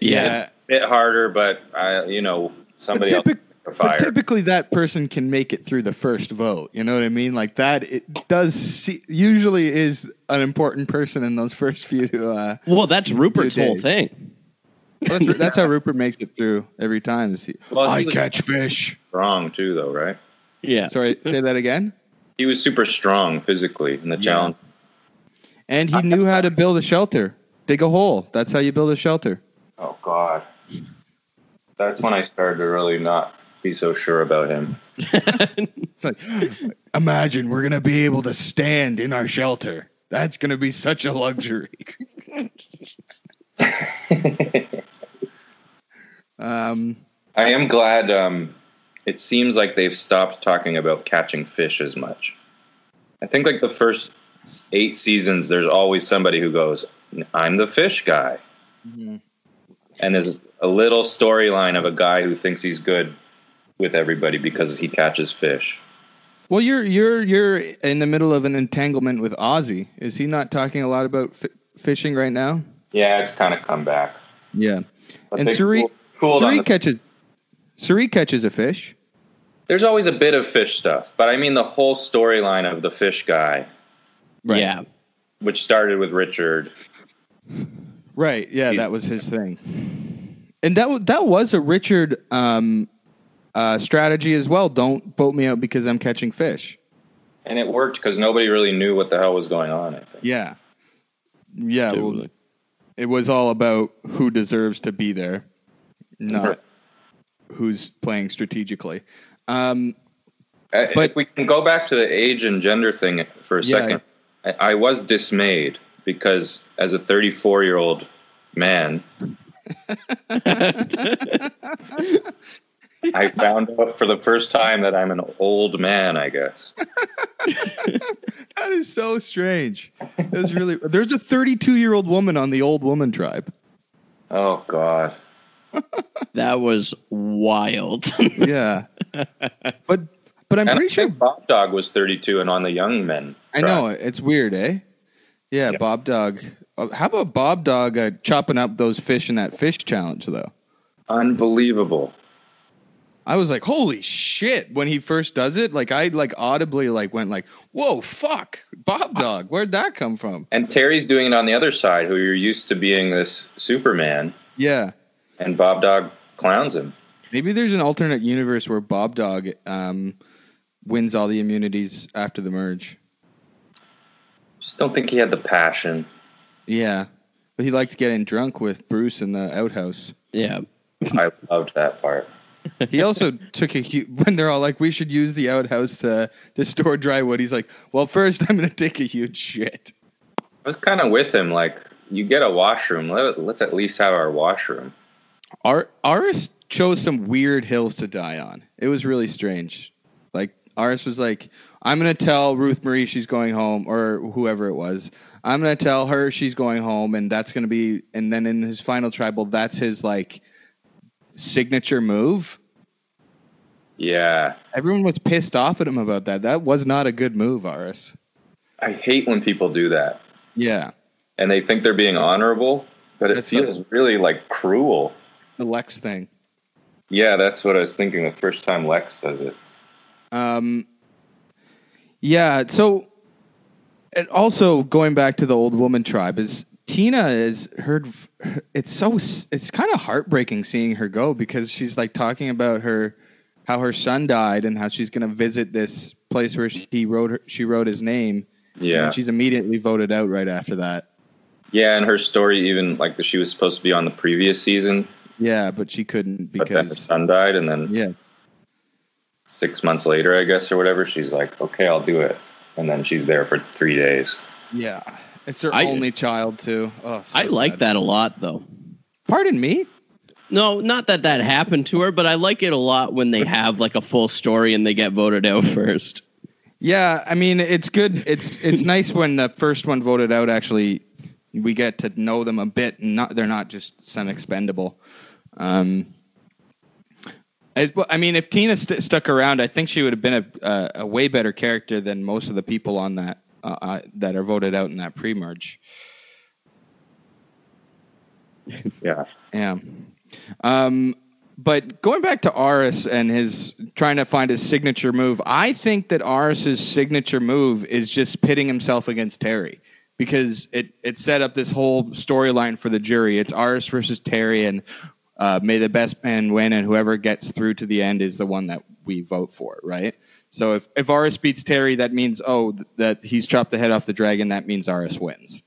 S2: Yeah.
S3: Bit harder, but I, you know, somebody
S2: typic-
S3: else
S2: But
S3: fire.
S2: typically, that person can make it through the first vote. You know what I mean? Like that. It does see, usually is an important person in those first few. Uh,
S4: Well, that's Rupert's whole
S2: days.
S4: thing.
S2: that's, that's how Rupert makes it through every time. is he-
S3: Well,
S2: I
S3: he was-
S2: catch fish.
S3: strong too, though, right?
S4: Yeah.
S2: Sorry, say that again.
S3: He was super strong physically in the challenge.
S2: And he knew how to build a shelter. Dig a hole. That's how you build a shelter.
S3: Oh God. Oh, That's when I started to really not be so sure about him.
S2: It's like, imagine we're gonna be able to stand in our shelter. That's gonna be such a luxury. um,
S3: I am glad um, it seems like they've stopped talking about catching fish as much. I think like the first eight seasons, there's always somebody who goes, "I'm the fish guy," and there's a little storyline of a guy who thinks he's good with everybody because he catches fish.
S2: well, you're you're you're in the middle of an entanglement with Ozzy. Is he not talking a lot about f- fishing right now?
S3: Yeah, it's kind of come back.
S2: Yeah,
S3: But
S2: and
S3: they
S2: Suri
S3: cool- cooled on
S2: Suri
S3: the-
S2: catches Suri catches a fish.
S3: There's always a bit of fish stuff, but I mean the whole storyline of the fish guy,
S2: Right.
S4: Yeah.
S3: which started with Richard.
S2: Right. Yeah,
S3: He's-
S2: that was his thing. And that wa- that was a Richard um, uh, strategy as well. Don't boat me out because I'm catching fish.
S3: And it worked because nobody really knew what the hell was going on. I think.
S2: Yeah. Yeah. well,
S4: Totally.
S2: it was all about who deserves to be there, not who's playing strategically. Um,
S3: Uh,
S2: But-
S3: if we can go back to the age and gender thing for a
S2: Yeah.
S3: second, I, I was dismayed because as a 34 year old man, I found out for the first time that I'm an old man, I guess.
S2: that is so strange. That was really there's a 32 year old woman on the old woman tribe.
S3: Oh, God.
S4: That was wild.
S2: Yeah. but but I'm
S3: And
S2: pretty
S3: I
S2: sure
S3: think Bob Dog was 32 and on the Young Men.
S2: I
S3: track.
S2: know it's weird, eh? Yeah, Bob Dog. Uh, How about Bob Dog uh, chopping up those fish in that fish challenge though?
S3: Unbelievable.
S2: I was like, holy shit! When he first does it, like I like audibly like went like, whoa, fuck, Bob Dog, where'd that come from?
S3: And Terry's doing it on the other side, who you're used to being this Superman,
S2: Yeah,
S3: and Bob Dog clowns him.
S2: maybe there's an alternate universe where Bob Dog um, wins all the immunities after the merge.
S3: Just don't think he had the passion.
S2: Yeah, but he liked getting drunk with Bruce in the outhouse.
S4: yeah.
S3: I loved that part.
S2: He also took a huge, when they're all like, we should use the outhouse to, to store dry wood. He's like, well, first I'm going to take a huge shit.
S3: I was kind of with him. Like, you get a washroom. Let, let's at least have our washroom.
S2: Ar- Aris chose some weird hills to die on. It was really strange. Like, Aris was like, I'm going to tell Ruth Marie she's going home, or whoever it was. I'm going to tell her she's going home, and that's going to be, and then in his final tribal, that's his like signature move.
S3: Yeah,
S2: Everyone was pissed off at him about that. That was not a good move, Aris.
S3: I hate when people do that
S2: Yeah.
S3: and they think they're being honorable, but it
S2: That's
S3: feels really like cruel.
S2: The Lex thing.
S3: Yeah, that's what I was thinking the first time Lex does it.
S2: Um, yeah. So, and also going back to the old woman tribe is Tina is heard. It's so it's kind of heartbreaking seeing her go because she's like talking about her how her son died and how she's going to visit this place where she wrote her, she wrote his name.
S3: Yeah,
S2: And she's immediately voted out right after that.
S3: yeah, and her story even like she was supposed to be on the previous season,
S2: Yeah, but she couldn't
S3: but then her
S2: because
S3: son died, and then
S2: yeah,
S3: six months later, I guess or whatever, she's like, "Okay, I'll do it," and then she's there for three days.
S2: yeah. It's her
S4: I-
S2: only child too. Oh, so
S4: I like
S2: sad.
S4: that a lot though.
S2: Pardon me.
S4: No, not that that happened to her, but I like it a lot when they have like a full story and they get voted out first.
S2: Yeah, I mean it's good. It's it's nice when the first one voted out. Actually, we get to know them a bit. And not they're not just some expendable. Um, I, well, I mean, if Tina st- stuck around, I think she would have been a, a a way better character than most of the people on that uh, uh, that are voted out in that pre-merge.
S3: Yeah,
S2: Yeah. Um, but going back to Aris and his trying to find his signature move, I think that Aris's signature move is just pitting himself against Terry because it, it set up this whole storyline for the jury. It's Aris versus Terry, and uh, may the best man win, and whoever gets through to the end is the one that we vote for, right? So if, if Aris beats Terry, that means, oh, th- that he's chopped the head off the dragon. That means Aris wins.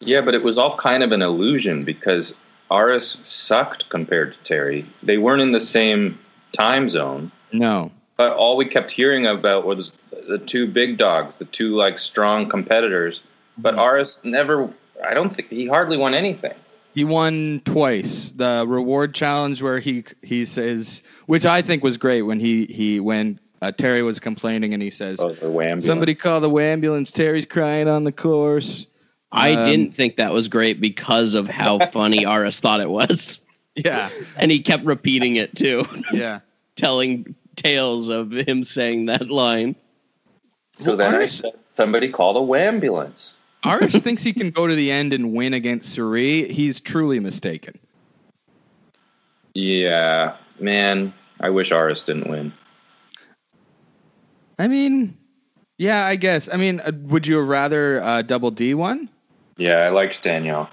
S3: Yeah, but it was all kind of an illusion because Aris sucked compared to Terry. They weren't in the same time zone,
S2: No.
S3: but all we kept hearing about was the two big dogs, the two like strong competitors.
S4: Mm-hmm.
S3: But Aris never. I don't think he hardly won anything.
S2: He won twice. The reward challenge where he he says, which I think was great when he he when uh, Terry was complaining and he says,
S3: Oh, the Wham!
S2: "Somebody call the ambulance. Terry's crying on the course."
S4: I
S2: Um,
S4: didn't think that was great because of how funny Aris thought it was.
S2: Yeah,
S4: And he kept repeating it too,
S2: yeah.
S4: telling tales of him saying that line.
S3: So
S2: Well,
S3: then I
S2: Aris-
S3: said, somebody call the ambulance.
S2: Arish thinks he can go to the end and win against Suri. He's truly mistaken.
S3: Yeah, man. I wish Aris didn't win.
S2: I mean, yeah, I guess. I mean, uh, would you have rather uh, Double D won?
S3: Yeah, I liked Danielle.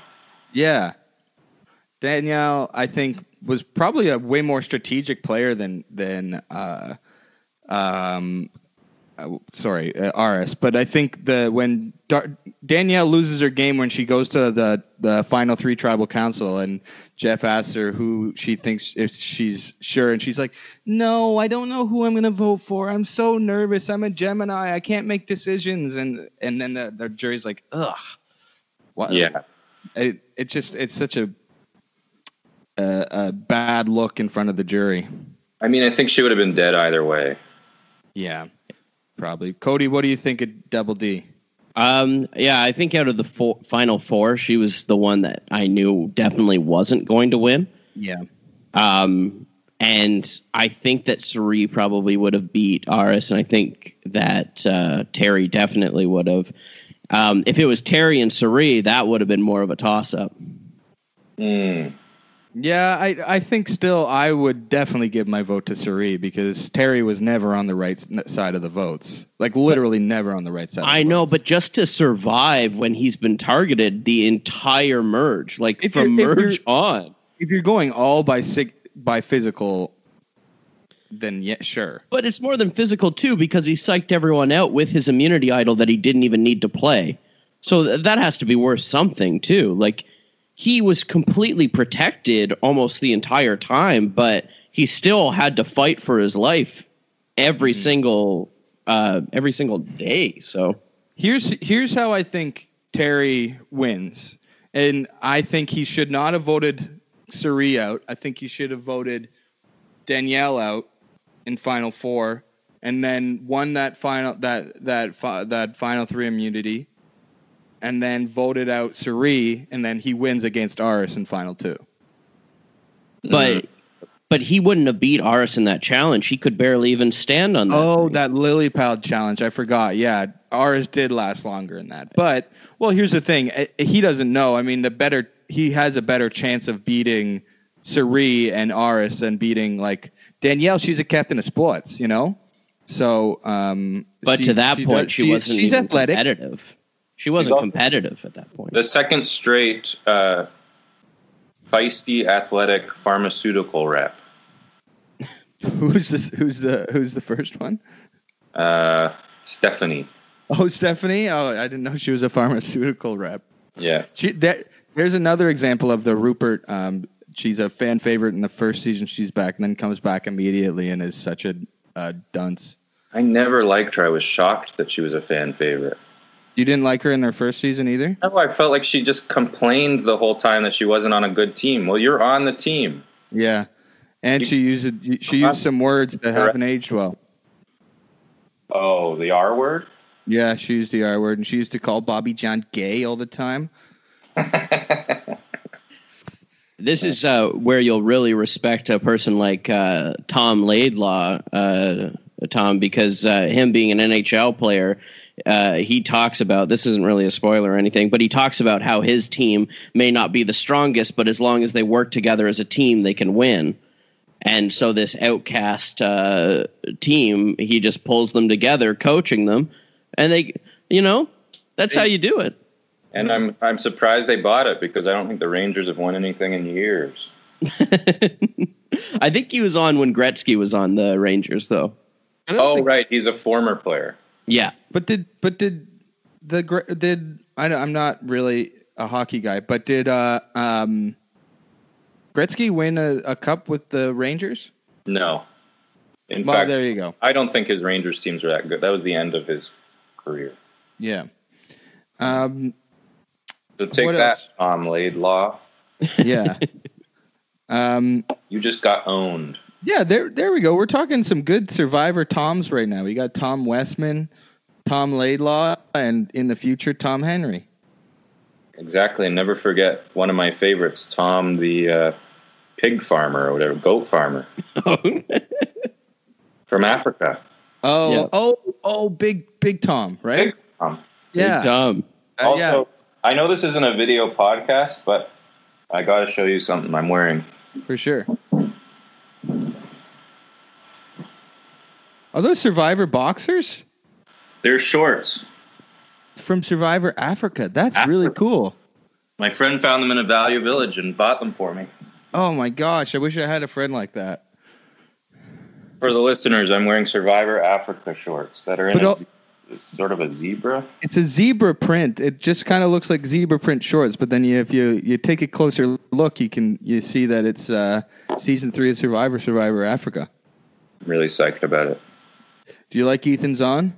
S2: Yeah. Danielle, I think, was probably a way more strategic player than than uh, um, uh, sorry, uh, Aris. But I think the when Dar- Danielle loses her game when she goes to the the final three tribal council, and Jeff asks her who she thinks if she's sure, and she's like, "No, I don't know who I'm going to vote for. I'm so nervous. I'm a Gemini. I can't make decisions." And and then the, the jury's like, "Ugh." What?
S3: Yeah,
S2: it it just it's such a a, a bad look in front of the jury.
S3: I mean, I think she would have been dead either way.
S2: Yeah, probably. Cody, what do you think of Double D?
S4: Um, yeah, I think out of the four, final four, she was the one that I knew definitely wasn't going to win.
S2: Yeah,
S4: Um, and I think that Suri probably would have beat Aris, and I think that uh, Terry definitely would have. Um, if it was Terry and Suri, that would have been more of a toss up.
S3: Mm.
S2: yeah. I I think still I would definitely give my vote to Suri because Terry was never on the right s- side of the votes. Like literally never on the right side. Of the
S4: I know,
S2: votes.
S4: but just to survive when he's been targeted the entire merge, like
S2: If
S4: from
S2: you're- if
S4: merge
S2: you're-
S4: on.
S2: if you're going all by sig- by physical, then yeah, sure.
S4: But it's more than physical too, because he psyched everyone out with his immunity idol that he didn't even need to play. So th- that has to be worth something too. Like he was completely protected almost the entire time, but he still had to fight for his life
S3: Mm-hmm.
S4: every single uh, every single day. So
S2: Here's here's how I think Terry wins, and I think he should not have voted Suri out. I think he should have voted Danielle out in Final Four, and then won that final that that fi- that Final Three immunity, and then voted out Suri, and then he wins against Aris in Final Two.
S4: but
S3: Mm-hmm.
S4: but he wouldn't have beat Aris in that challenge. He could barely even stand on that.
S2: Oh,
S4: thing.
S2: that lily pad challenge. I forgot. Yeah, ours did last longer than that. But well, here's the thing. eh, He doesn't know. I mean, the better he has a better chance of beating Suri and Aris than beating like Danielle. She's a captain of sports, you know. So, um,
S4: but
S2: she-
S4: to that
S2: she
S4: point,
S2: does-
S4: she, wasn't
S2: She's
S4: even
S2: athletic.
S4: competitive. She wasn't
S3: also-
S4: competitive at that point.
S3: The second straight uh, feisty, athletic, pharmaceutical rep.
S2: Who's this? Who's the? Who's the first one?
S3: Uh, Stephanie.
S2: Oh, Stephanie. Oh, I didn't know she was a pharmaceutical rep.
S3: Yeah.
S2: She, that, there's another example of the Rupert. Um, she's a fan favorite in the first season. She's back and then comes back immediately and is such a uh, dunce.
S3: I never liked her. I was shocked that she was a fan favorite.
S2: You didn't like her in her first season either.
S3: No, I felt like she just complained the whole time that she wasn't on a good team. Well, you're on the team.
S2: Yeah, and she used she used some words that haven't aged well.
S3: Oh, the R word?
S2: Yeah, she used the R word and she used to call Bobby John gay all the time.
S4: This is uh, where you'll really respect a person like uh, Tom Laidlaw, uh, Tom, because uh, him being an NHL player, uh, he talks about this isn't really a spoiler or anything, but he talks about how his team may not be the strongest, but as long as they work together as a team, they can win. And so this outcast uh, team, he just pulls them together, coaching them, and they, you know, that's how you do it.
S3: And I'm I'm surprised they bought it because I don't think the Rangers have won anything in years.
S4: I think he was on when Gretzky was on the Rangers, though.
S2: I don't
S3: Oh,
S2: think-
S3: right. He's a former player.
S4: Yeah.
S2: But did but did the gr- did I? don't- I'm not really a hockey guy, but did uh um Gretzky win a, a cup with the Rangers?
S3: No. In
S2: well,
S3: fact,
S2: there you go.
S3: I don't think his Rangers teams were that good. That was the end of his career.
S2: Yeah. Um,
S3: So take
S2: What
S3: that,
S2: else?
S3: Tom Laidlaw.
S2: yeah. um,
S3: You just got owned.
S2: yeah, there there we go. We're talking some good survivor Toms right now. We got Tom Westman, Tom Laidlaw, and in the future Tom Henry.
S3: Exactly. And never forget one of my favorites, Tom the uh, pig farmer or whatever, goat farmer from Africa.
S2: Oh,
S4: Yeah.
S2: oh, oh, big big Tom, right?
S3: Pig Tom.
S2: yeah.
S4: dumb.
S2: Uh,
S3: Also,
S2: yeah.
S3: I know this isn't a video podcast, but I got to show you something I'm wearing.
S2: For sure. Are those Survivor boxers
S3: They're shorts.
S2: from Survivor Africa? That's really cool.
S3: My friend found them in a value village and bought them for me.
S2: Oh my gosh, I wish I had a friend like that.
S3: For the listeners, I'm wearing Survivor Africa shorts that are in
S2: But
S3: a
S2: al-
S3: z- it's sort of a zebra.
S2: It's a zebra print. It just kind of looks like zebra print shorts, but then you, if you you take a closer look, you can you see that it's uh, season three of Survivor Survivor Africa.
S3: I'm really psyched about it.
S2: Do you like Ethan Zahn?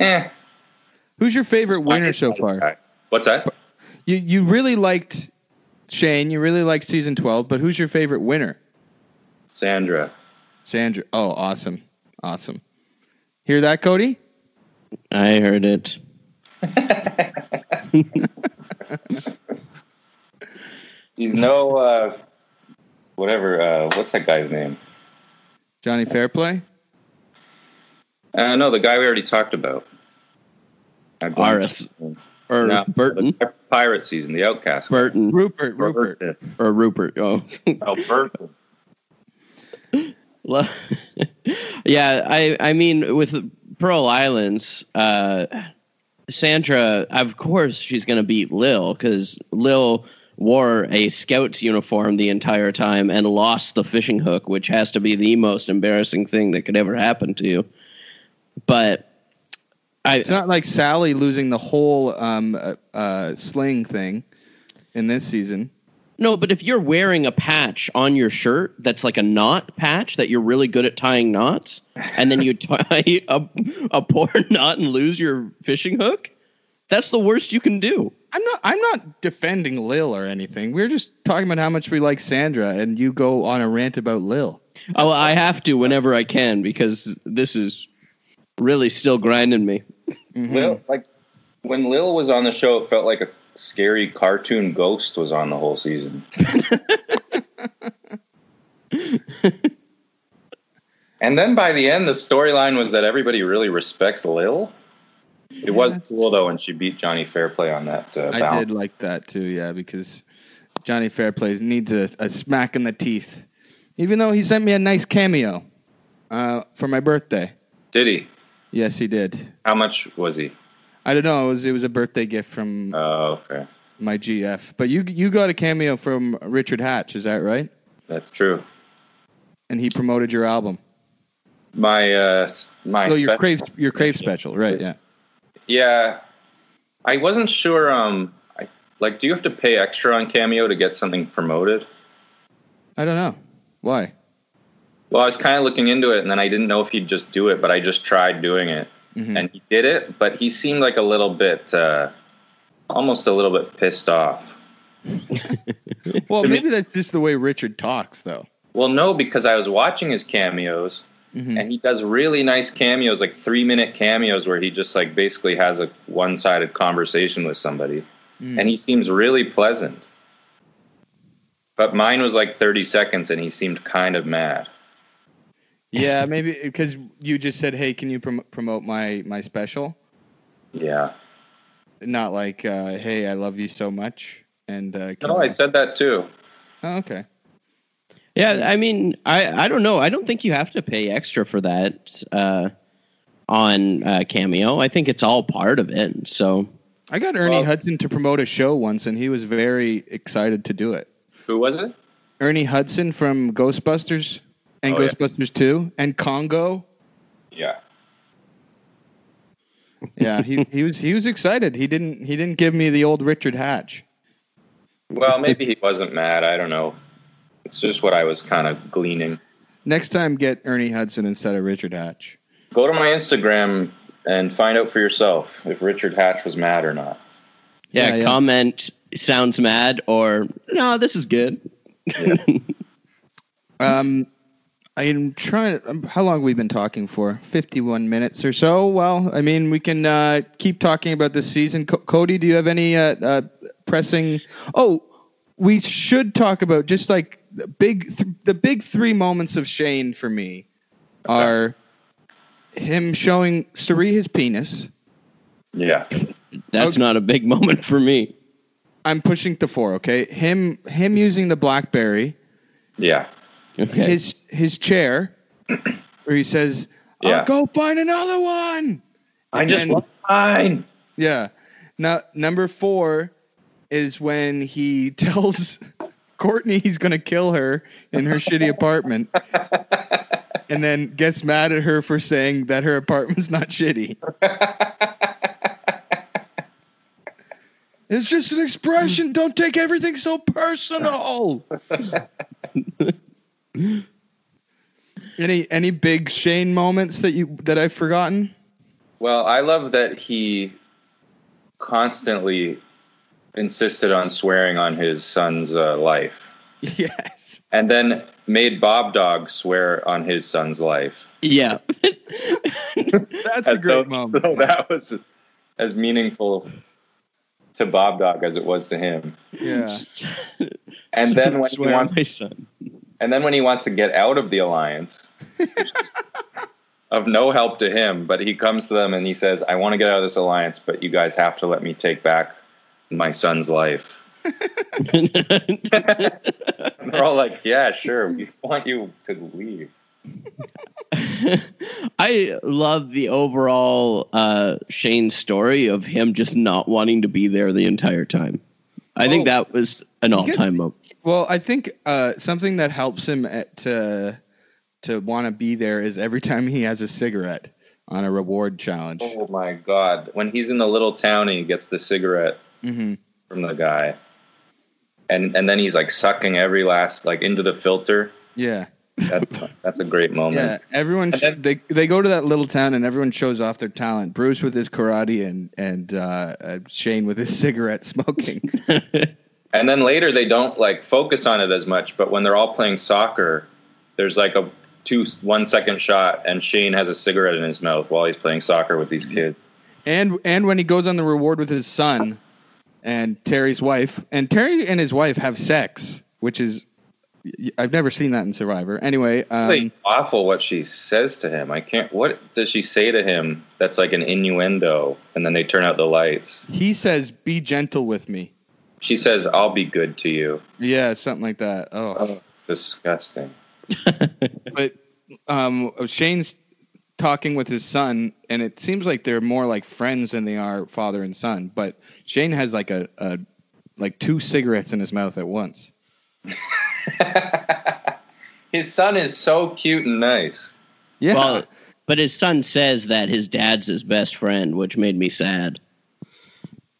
S3: Eh.
S2: Who's your favorite winner so far?
S3: What's that?
S2: You you really liked Shane. You really liked season twelve, but who's your favorite winner?
S3: Sandra.
S2: Sandra. Oh, awesome. Awesome. Hear that, Cody?
S4: I heard it.
S3: He's no uh, whatever. Uh, what's that guy's name?
S2: Johnny Fairplay?
S3: Uh, no, the guy we already talked about. I blanked.
S4: Aris or
S3: No,
S4: Burton.
S3: the pirate season, the outcast. guy.
S4: Burton
S2: Rupert, Rupert.
S3: Burton.
S4: or Rupert. Oh,
S3: Oh, Burton.
S4: Lo- yeah, I I mean with Pearl Islands, uh, Sandra, of course she's going to beat Lil because Lil wore a scout's uniform the entire time and lost the fishing hook, which has to be the most embarrassing thing that could ever happen to you. But I
S2: It's not like Sally losing the whole um, uh, uh, sling thing in this season.
S4: No, but if you're wearing a patch on your shirt that's like a knot patch that you're really good at tying knots, and then you tie a, a poor knot and lose your fishing hook, that's the worst you can do.
S2: I'm not I'm not defending Lil or anything. We're just talking about how much we like Sandra and you go on a rant about Lil.
S4: Oh, I have to whenever I can because this is really still grinding me.
S2: Mm-hmm.
S3: Lil, like when Lil was on the show, it felt like a scary cartoon ghost was on the whole season. and then by the end, the storyline was that everybody really respects Lil. It was cool though when she beat Johnny Fairplay on that uh,
S2: I
S3: bounce.
S2: did like that too, yeah, because Johnny Fairplay needs a, a smack in the teeth. Even though he sent me a nice cameo uh, for my birthday.
S3: Did he?
S2: Yes, he did.
S3: How much was he?
S2: I don't know. It was it was a birthday gift from
S3: Oh, okay,
S2: my GF. But you you got a cameo from Richard Hatch, is that right?
S3: that's true.
S2: And he promoted your album.
S3: My uh, s- my
S2: Oh, your
S3: spec-
S2: crave your crave special, right? Yeah.
S3: Yeah, I wasn't sure. Um, I, like, do you have to pay extra on Cameo to get something promoted?
S2: I don't know why.
S3: Well, I was kind of looking into it, and then I didn't know if he'd just do it, but I just tried doing it, and he did it. But he seemed like a little bit, uh, almost a little bit pissed off.
S2: Well,
S3: I mean-
S2: maybe that's just the way Richard talks, though.
S3: Well, no, because I was watching his cameos,
S4: Mm-hmm.
S3: and he does really nice cameos, like three minute cameos, where he just like basically has a one sided conversation with somebody,
S4: Mm.
S3: and he seems really pleasant. But mine was like thirty seconds, and he seemed kind of mad.
S2: Yeah, maybe because you just said, "Hey, can you prom- promote my my special?"
S3: Yeah.
S2: Not like, uh, "Hey, I love you so much." And uh, can
S3: No, I
S2: you-
S3: said that too.
S2: oh, okay.
S4: Yeah, I mean, I, I don't know. I don't think you have to pay extra for that uh, on uh, Cameo. I think it's all part of it. So
S2: I got Ernie
S3: Well-
S2: Hudson to promote a show once, and he was very excited to do it.
S3: Who was it?
S2: Ernie Hudson from Ghostbusters and
S3: Oh, yeah.
S2: Ghostbusters Two and Congo.
S3: Yeah.
S2: Yeah, he, he was he was excited. He didn't he didn't give me the old Richard Hatch.
S3: Well, maybe he wasn't mad. I don't know. It's just what I was kind of gleaning.
S2: Next time, get Ernie Hudson instead of Richard Hatch.
S3: Go to my Instagram and find out for yourself if Richard Hatch was mad or not.
S4: Yeah,
S2: Yeah, yeah.
S4: comment sounds mad or no, this is good.
S2: Um, I'm trying. um, How long have we been talking for? Fifty-one minutes or so. Well, I mean, we can uh, keep talking about this season. Co- Cody, do you have any uh, uh, pressing? Oh, we should talk about just like the big, th- the big three moments of Shane for me are him showing Suri his penis.
S3: Yeah.
S4: That's not a big moment for me.
S2: I'm pushing to four. Okay, him him using the BlackBerry.
S3: Yeah.
S4: Okay.
S2: his his chair where he says i'll
S3: Yeah.
S2: go find another one
S3: I just
S2: And-
S3: want mine.
S2: yeah now number four is when he tells courtney he's going to kill her in her shitty apartment and then gets mad at her for saying that her apartment's not shitty it's just an expression don't take everything so personal any any big shane moments that you that i've forgotten
S3: Well, I love that he constantly insisted on swearing on his son's uh, life
S2: yes
S3: and then made Bob Dog swear on his son's life.
S4: yeah.
S2: That's a
S3: As
S2: great
S3: though-
S2: moment.
S3: though that was as meaningful to Bob Dog as it was to him.
S2: Yeah.
S3: And then when he
S4: Swear on
S3: wants,
S4: my son.
S3: and then when he wants to get out of the alliance, which is of no help to him, but he comes to them and he says, "I want to get out of this alliance, but you guys have to let me take back my son's life." And they're all like, "Yeah, sure, we want you to leave."
S4: I love the overall uh, Shane story of him just not wanting to be there the entire time. I think
S2: Oh.
S4: that was an all time moment.
S2: Well, I think uh, something that helps him at, to to want to be there is every time he has a cigarette on a reward challenge.
S3: Oh my god! When he's in the little town and he gets the cigarette
S2: Mm-hmm.
S3: from the guy, and and then he's like sucking every last like into the filter.
S2: Yeah.
S3: That's that's a great moment.
S2: Yeah. Everyone sh-
S3: then-
S2: they they go to that little town and everyone shows off their talent. Bruce with his karate and and uh, uh, Shane with his cigarette smoking.
S3: And then later they don't like focus on it as much, but when they're all playing soccer, there's like a two one second shot and Shane has a cigarette in his mouth while he's playing soccer with these kids.
S2: and and when he goes on the reward with his son and Terry's wife, and Terry and his wife have sex, which is I've never seen that in Survivor. Anyway, um,
S3: Really awful what she says to him. I can't what does she say to him that's like an innuendo and then they turn out the lights.
S2: he says, "Be gentle with me."
S3: She says, I'll be good to you.
S2: Yeah, something like that. Oh,
S3: Disgusting.
S2: but um, Shane's talking with his son, and it seems like they're more like friends than they are father and son. But Shane has like a, a like two cigarettes in his mouth at once.
S3: His son is so cute and nice.
S2: Yeah,
S4: Well, but his son says that his dad's his best friend, which made me sad.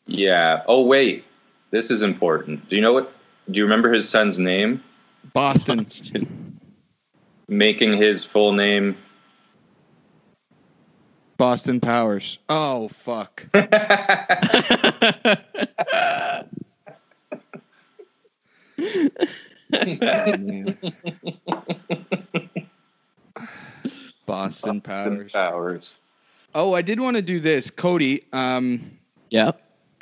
S3: Yeah. Oh wait. This is important. Do you know what do you remember his son's name?
S2: Boston.
S3: making his full name.
S2: Boston Powers. Oh fuck. Boston Powers.
S3: Powers.
S2: Oh, I did want to do this, Cody. Um,
S4: yeah.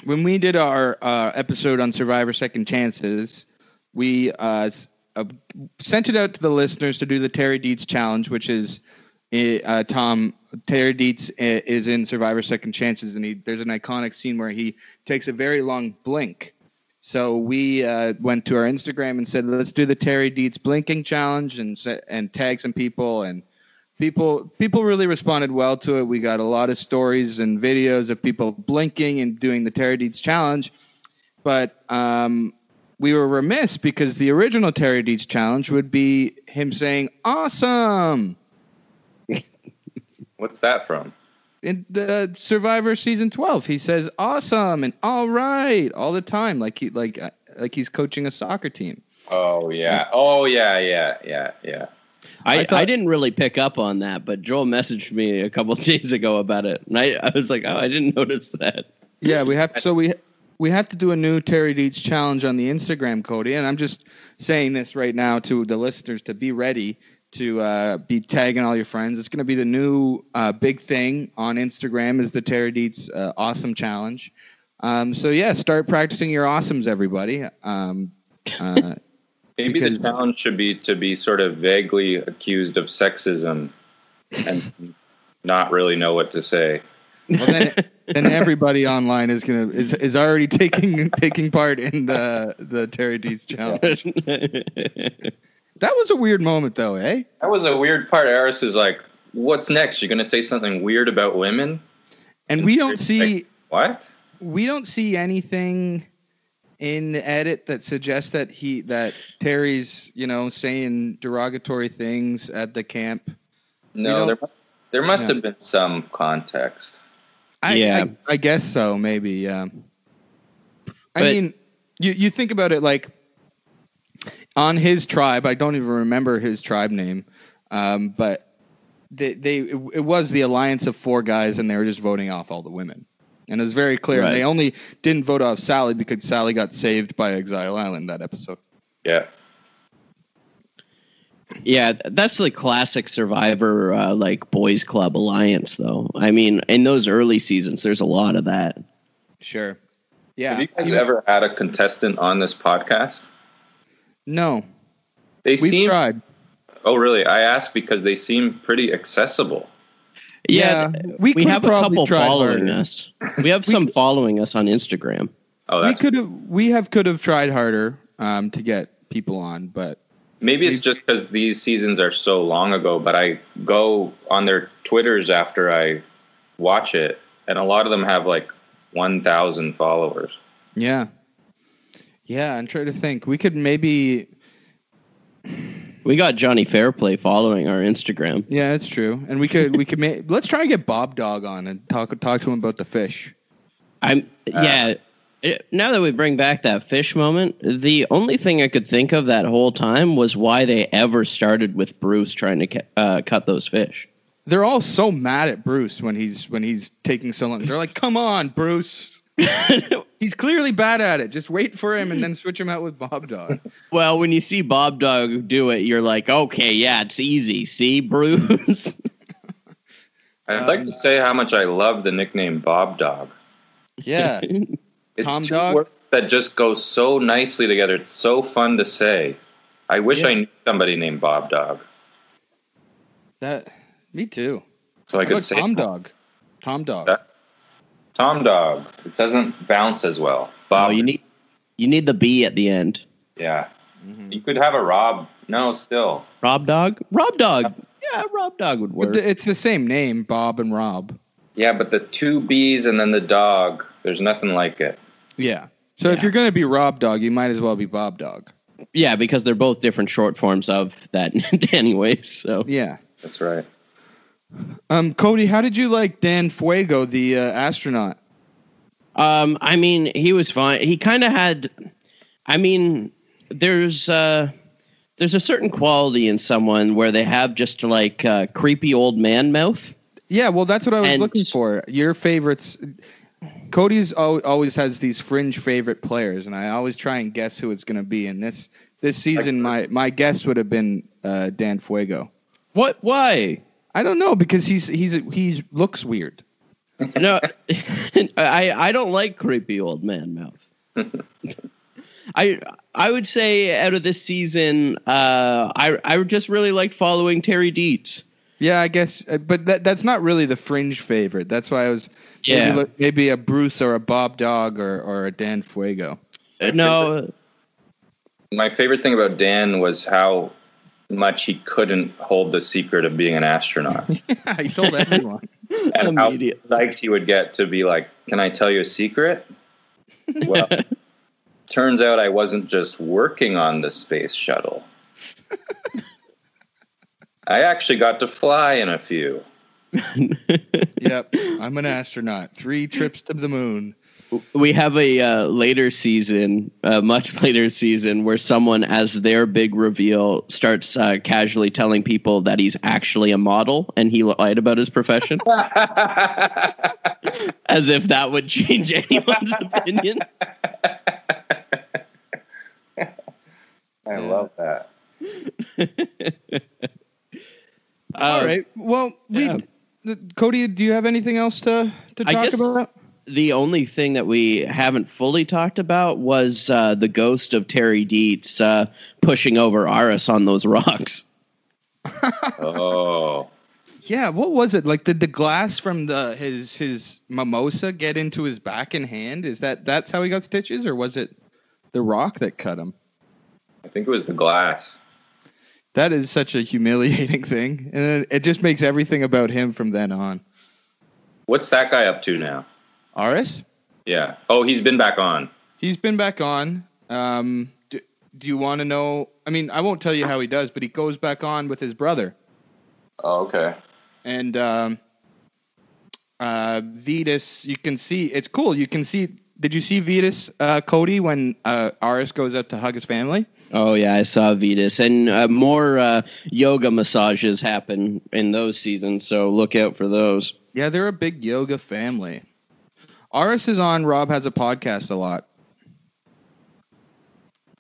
S2: when we did our uh, episode on Survivor Second Chances, we uh, s- uh, sent it out to the listeners to do the Terry Dietz challenge, which is uh, uh, Tom Terry Dietz i- is in Survivor Second Chances, and he there's an iconic scene where he takes a very long blink. So we uh, went to our Instagram and said, "Let's do the Terry Dietz blinking challenge," and sa- and tag some people and people people really responded well to it. We got a lot of stories and videos of people blinking and doing the Terry Deeds challenge, but um, we were remiss because the original Terry Deeds challenge would be him saying "awesome"
S3: What's that from?
S2: in the Survivor season twelve. He says "awesome" and "all right" all the time, like he like uh, like he's coaching a soccer team.
S3: Oh yeah. Oh yeah. Yeah. Yeah. Yeah.
S4: I, I,
S2: I thought-
S4: didn't really pick up on that, but Joel messaged me a couple of days ago about it, and I, I was like, oh, I didn't notice that.
S2: Yeah, we have so we we have to do a new Terry Deeds challenge on the Instagram, Cody. And I'm just saying this right now to the listeners to be ready to uh, be tagging all your friends. It's going to be the new uh, big thing on Instagram is the Terry Deeds uh, Awesome Challenge. Um, so yeah, start practicing your awesomes, everybody. Um, uh,
S3: Maybe
S2: Because-
S3: the challenge should be to be sort of vaguely accused of sexism and not really know what to say.
S2: well, then, then everybody online is gonna is, is already taking taking part in the the Terry Deeds Challenge. That was a weird moment, though, eh?
S3: That was a weird part. Eris is like, "What's next? You're going to say something weird about women?
S2: And we don't see
S3: What?"
S2: we don't see anything in the edit that suggests that he that Terry's you know saying derogatory things at the camp.
S3: No,
S2: don't-
S3: there there must
S2: Yeah.
S3: have been some context.
S2: I,
S4: Yeah.
S2: I, I guess so. Maybe. Yeah. I
S4: But-
S2: mean, you you think about it like on his tribe. I don't even remember his tribe name, um, but they they it, it was the alliance of four guys, and they were just voting off all the women. And it was very clear.
S4: Right.
S2: They only didn't vote off Sally because Sally got saved by Exile Island that episode.
S3: Yeah.
S4: Yeah, that's the classic Survivor uh, like boys club alliance, though. I mean, in those early seasons, there's a lot of that.
S2: Sure. Yeah.
S3: Have you guys ever had a contestant on this podcast?
S2: no.
S3: They
S2: We've
S3: seem.
S2: tried.
S3: Oh, really? I asked because they seem pretty accessible.
S4: Yeah,
S2: Yeah,
S4: we,
S2: we could
S4: have a
S2: probably
S4: couple
S2: try
S4: following
S2: harder.
S4: us. We have some following us on Instagram.
S3: Oh,
S2: We
S3: that's
S2: could have we have could have tried harder um, to get people on, but
S3: Maybe it's just because these seasons are so long ago, but I go on their Twitters after I watch it, and a lot of them have like 1,000 followers.
S2: Yeah. Yeah, I'm trying to think. We could maybe
S4: We got Johnny Fairplay following our Instagram.
S2: Yeah, it's true. And we could we could ma- let's try and get Bob Dog on and talk talk to him about the fish.
S4: I'm
S2: Uh,
S4: yeah. It- now that we bring back that fish moment, the only thing I could think of that whole time was why they ever started with Bruce trying to ca- uh, cut those fish.
S2: They're all so mad at Bruce when he's when he's taking so long. They're like, "Come on, Bruce. he's clearly bad at it. Just wait for him and then switch him out with Bob Dog."
S4: Well, when you see Bob Dog do it, you're like, okay, yeah, it's easy. See, Bruce.
S3: I'd like to say how much I love the nickname Bob Dog.
S2: Yeah.
S3: It's
S2: Tom
S3: two
S2: Dog?
S3: words that just go so nicely together. It's so fun to say. I wish I knew somebody named Bob Dog.
S2: That me too.
S3: So I
S2: How about
S3: could say
S2: Tom Dog. Tom Dog.
S3: That- Tom Dog. It doesn't bounce as well. Bob,
S4: oh, you need you need the B at the end.
S3: yeah. You could have a Rob. No, still.
S4: Rob Dog. Rob Dog. Yeah, Rob Dog would
S2: But
S4: work.
S2: th- it's the same name, Bob and Rob.
S3: Yeah, but the two bees and then the dog. There's nothing like it.
S2: Yeah. So if you're going to be Rob Dog, you might as well be Bob Dog.
S4: yeah, because they're both different short forms of that, anyways. So
S2: Yeah.
S3: That's right.
S2: Um, Cody, how did you like Dan Fuego, the uh, astronaut?
S4: Um, I mean, he was fine. He kind of had. I mean, there's uh, there's a certain quality in someone where they have just like uh, creepy old man mouth.
S2: Yeah, well, that's what I was
S4: And-
S2: looking for. Your favorites. Cody's al- always has these fringe favorite players, and I always try and guess who it's going to be. And this this season, my my guess would have been uh, Dan Fuego.
S4: What? Why?
S2: I don't know because he's he's he looks weird.
S4: no, I I don't like creepy old man mouth. I I would say out of this season, uh, I I just really liked following Terry Dietz.
S2: Yeah, I guess, uh, but that that's not really the fringe favorite. That's why I was maybe
S4: Yeah.
S2: look- maybe a Bruce or a Bob Dog or or a Dan Fuego.
S4: Uh, No,
S3: My favorite thing about Dan was how much he couldn't hold the secret of being an astronaut.
S2: I told everyone.
S3: and how
S4: Immediate.
S3: psyched he would get to be like, Can I tell you a secret? Well, turns out I wasn't just working on the space shuttle. I actually got to fly in a few.
S2: yep, I'm an astronaut. Three trips to the moon.
S4: we have a uh, later season, uh, much later season, where someone, as their big reveal, starts uh, casually telling people that he's actually a model and he lied about his profession, as if that would change anyone's opinion.
S3: I love that.
S2: All right. Well, we
S4: Uh, yeah.
S2: th- Cody, do you have anything else to to
S4: I
S2: talk
S4: guess-
S2: about?
S4: the only thing that we haven't fully talked about was uh, the ghost of Terry Dietz uh, pushing over Aris on those rocks.
S3: Oh,
S2: Yeah. What was it like? Did the glass from the his his mimosa get into his back and hand? Is that that's how he got stitches, or was it the rock that cut him?
S3: I think it was the glass.
S2: That is such a humiliating thing, and it, it just makes everything about him from then on.
S3: What's that guy up to now?
S2: Aris,
S3: Yeah. Oh, he's been back on.
S2: he's been back on. Um, do, do you want to know? I mean, I won't tell you how he does, but he goes back on with his brother.
S3: Oh, okay.
S2: and um, uh, Vetus. You can see it's cool. You can see. Did you see Vetus uh, Cody when uh, Aris goes up to hug his family?
S4: Oh yeah, I saw Vetus, and uh, more uh, yoga massages happen in those seasons, so Oh, look out for those.
S2: Yeah, they're a big yoga family. Aris is on. Rob has a podcast a lot.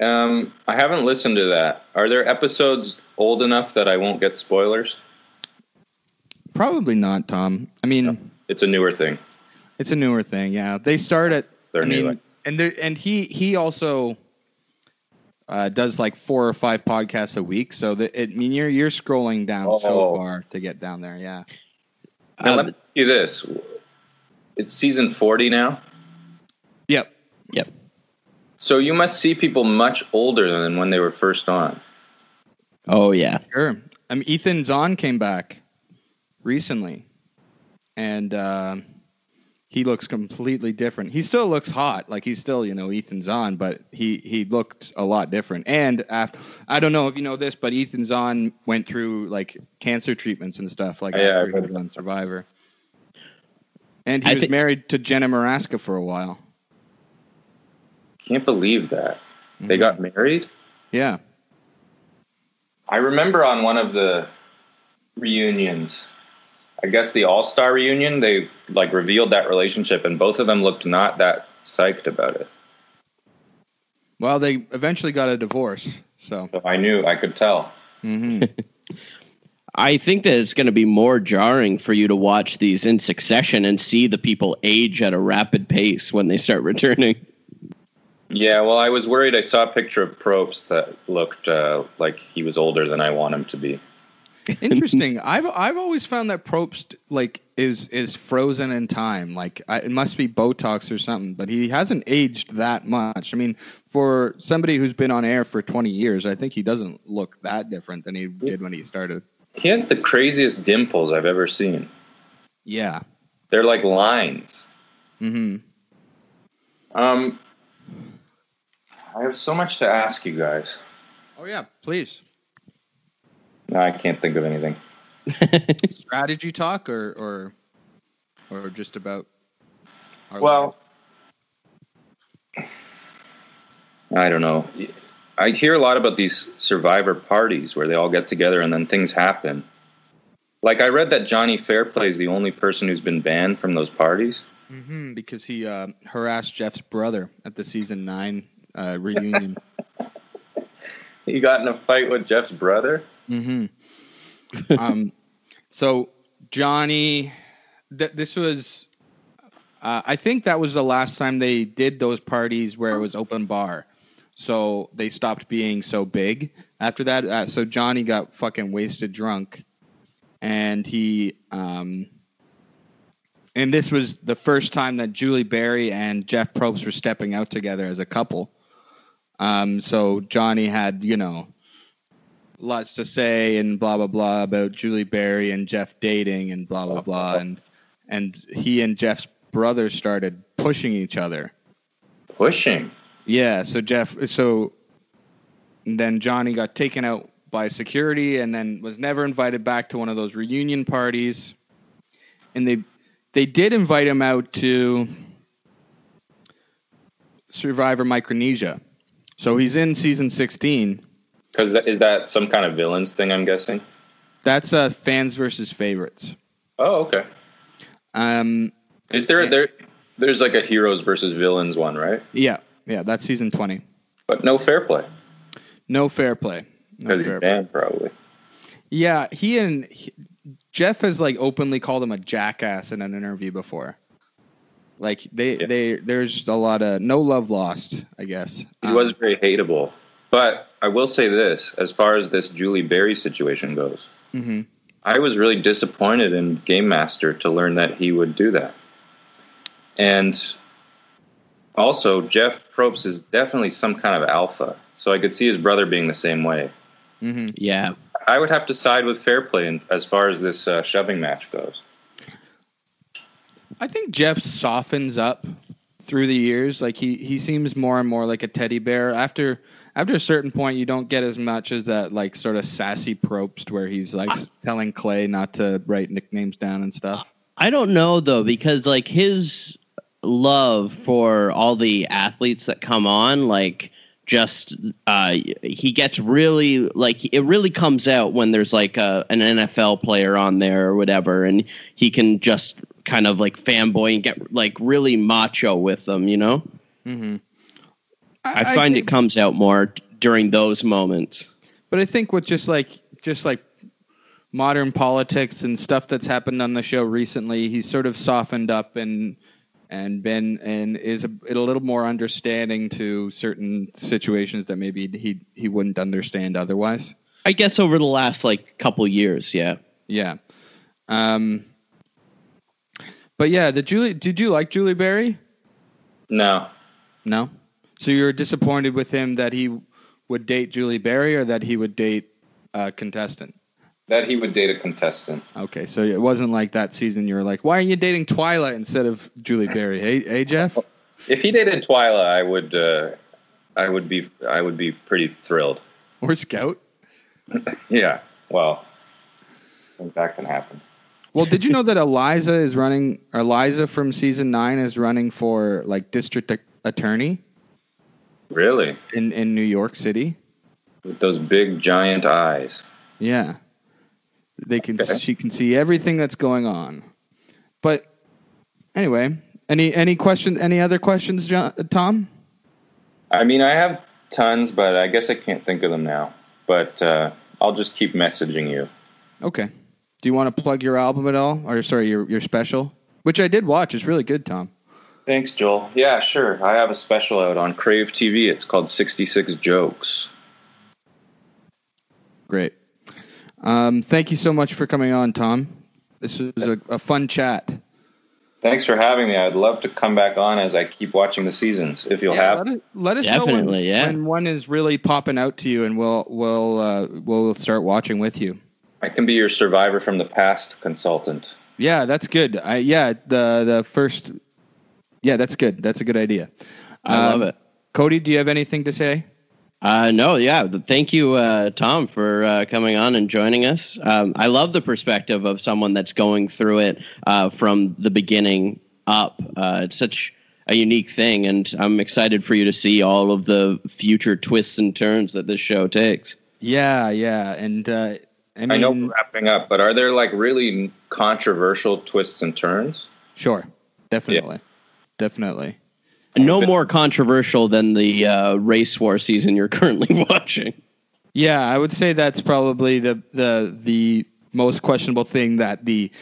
S3: Um, I haven't listened to that. Are there episodes old enough that I won't get spoilers?
S2: Probably not, Tom. I mean,
S3: It's a newer thing.
S2: it's a newer thing. Yeah, they start at.
S3: They're
S2: I
S3: new,
S2: mean,
S3: like-
S2: and they and he he also. Uh, does like four or five podcasts a week, so that it I mean you're you're scrolling down so
S3: Oh.
S2: far to get down there. Yeah,
S3: Now,
S4: Uh,
S3: let me ask you this. It's season 40 now.
S2: yep.
S4: Yep.
S3: So you must see people much older than when they were first on.
S4: Oh yeah.
S2: Sure. I mean, Ethan Zahn came back recently, and um he looks completely different. He still looks hot, like he's still you know Ethan Zahn, but he he looked a lot different. And after, I don't know if you know this, but Ethan Zahn went through like cancer treatments and stuff, like
S3: Yeah, I've
S2: after he
S3: heard
S2: was on Survivor. And he
S4: I
S2: was
S4: thi-
S2: married to Jenna Maraska for a while.
S3: Can't believe that. They got married?
S2: Yeah.
S3: I remember on one of the reunions, I guess the All Star reunion, they like revealed that relationship, and both of them looked not that psyched about it.
S2: Well, they eventually got a divorce. So
S3: So I knew I could tell.
S4: I think that it's going to be more jarring for you to watch these in succession and see the people age at a rapid pace when they start returning.
S3: Yeah, well, I was worried. I saw a picture of Probst that looked uh, like he was older than I want him to be.
S2: Interesting. I've I've always found that Probst like is is frozen in time. Like I, it must be Botox or something, but he hasn't aged that much. I mean, for somebody who's been on air for twenty years, I think he doesn't look that different than he did when he started.
S3: He has the craziest dimples I've ever seen.
S2: Yeah.
S3: They're like lines.
S2: Mm-hmm.
S3: Um, I have so much to ask you guys.
S2: Oh yeah. Please.
S3: No, I can't think of anything.
S2: Strategy talk or or or just about. Our
S3: Well, I don't know. I hear a lot about these survivor parties where they all get together and then things happen. Like I read that Johnny Fairplay is the only person who's been banned from those parties.
S2: hmm because he uh, harassed Jeff's brother at the season nine uh, reunion.
S3: He got in a fight with Jeff's brother.
S2: Mm-hmm. um, so Johnny, th- this was, uh, I think that was the last time they did those parties where it was open bar. So they stopped being so big after that. Uh, so Johnny got fucking wasted drunk, and he, um, and this was the first time that Julie Berry and Jeff Probst were stepping out together as a couple. Um, so Johnny had, you know, lots to say and blah blah blah about Julie Berry and Jeff dating and blah blah blah and and he and Jeff's brother started pushing each other.
S3: Pushing.
S2: Yeah, so Jeff so then Johnny got taken out by security and then was never invited back to one of those reunion parties. And they they did invite him out to Survivor Micronesia. So he's in season 16.
S3: Because is that some kind of villains thing? I'm guessing.
S2: That's uh, fans versus favorites.
S3: Oh, okay.
S2: Um,
S3: Is there there? There's like a heroes versus villains one, right?
S2: yeah, yeah, that's season 20.
S3: But no fair play
S2: No fair play. No
S3: because
S2: fair
S3: you're
S2: play.
S3: banned probably.
S2: Yeah, he and he, Jeff has like openly called him a jackass in an interview before. Like they
S3: Yeah.
S2: they there's a lot of no love lost, I guess.
S3: He
S2: Um,
S3: was very hateable. But I will say this as far as this Julie Berry situation goes,
S2: Mhm.
S3: I was really disappointed in Game Master to learn that he would do that. And also, Jeff Probst is definitely some kind of alpha. So I could see his brother being the same way.
S2: Um, mm-hmm.
S4: Yeah.
S3: I would have to side with fair play in, as far as this uh, shoving match goes.
S2: I think Jeff softens up through the years. Like he he seems more and more like a teddy bear. After after a certain point, you don't get as much as that like sort of sassy Probst where he's like
S4: Ah.
S2: s- telling Clay not to write nicknames down and stuff.
S4: I don't know though because like his love for all the athletes that come on like just uh he gets really like it really comes out when there's like a uh, an NFL player on there or whatever and he can just kind of like fanboy and get like really macho with them, you know? I, find it comes out more d- during those moments.
S2: But I think with just like just like modern politics and stuff that's happened on the show recently, he's sort of softened up and and been and is a, a little more understanding to certain situations that maybe he he wouldn't understand otherwise.
S4: I guess over the last like couple years, yeah.
S2: Yeah. Um But yeah, the Julie did you like Julie Berry?
S3: No,
S2: No. So you were disappointed with him that he would date Julie Berry or that he would date a contestant?
S3: that he would date a contestant.
S2: Okay, so it wasn't like that season. You were like, "Why are you dating Twilight instead of Julie Berry?" Hey, hey Jeff.
S3: If he dated Twyla, I would, uh, I would be, I would be pretty thrilled.
S2: or Scout.
S3: Yeah. Well, I think that can happen.
S2: Well, did you know that Eliza is running? Eliza from season nine is running for like district a- attorney
S3: Really?
S2: in in New York City.
S3: With those big giant eyes.
S2: Yeah, they can.
S3: Okay.
S2: She can see everything that's going on. But anyway, any any question? Any other questions, John, Tom?
S3: I mean, I have tons, but I guess I can't think of them now. But uh, I'll just keep messaging you.
S2: Okay. Do you want to plug your album at all, or sorry, your your special, which I did watch. It's really good, Tom.
S3: Thanks, Joel. Yeah, sure. I have a special out on Crave TV. It's called 66 Jokes.
S2: Great. Um, thank you so much for coming on, Tom. This was a, a fun chat.
S3: Thanks for having me. I'd love to come back on as I keep watching the seasons, if you'll have.
S2: let, it, let us know when,
S4: Definitely, yeah.
S2: when one is really popping out to you, and we'll we'll uh, we'll start watching with you.
S3: I can be your survivor from the past consultant.
S2: Yeah, that's good. I yeah the the first. Yeah, that's good. That's a good idea.
S4: I
S2: Um,
S3: Uh,
S4: love it.
S2: Cody, do you have anything to say?
S4: Uh, no, yeah. th- Thank you, uh, Tom, for uh, coming on and joining us. Um, I love the perspective of someone that's going through it uh, from the beginning up. Uh, it's such a unique thing, and I'm excited for you to see all of the future twists and turns that this show takes.
S2: Yeah, yeah, and uh, I mean,
S3: I know
S4: Mm.
S3: we're wrapping up, but are there like really controversial twists and turns?
S2: sure, definitely, definitely.
S4: No more controversial than the uh, race war season you're currently watching.
S2: Yeah, I would say that's probably the the the most questionable thing that the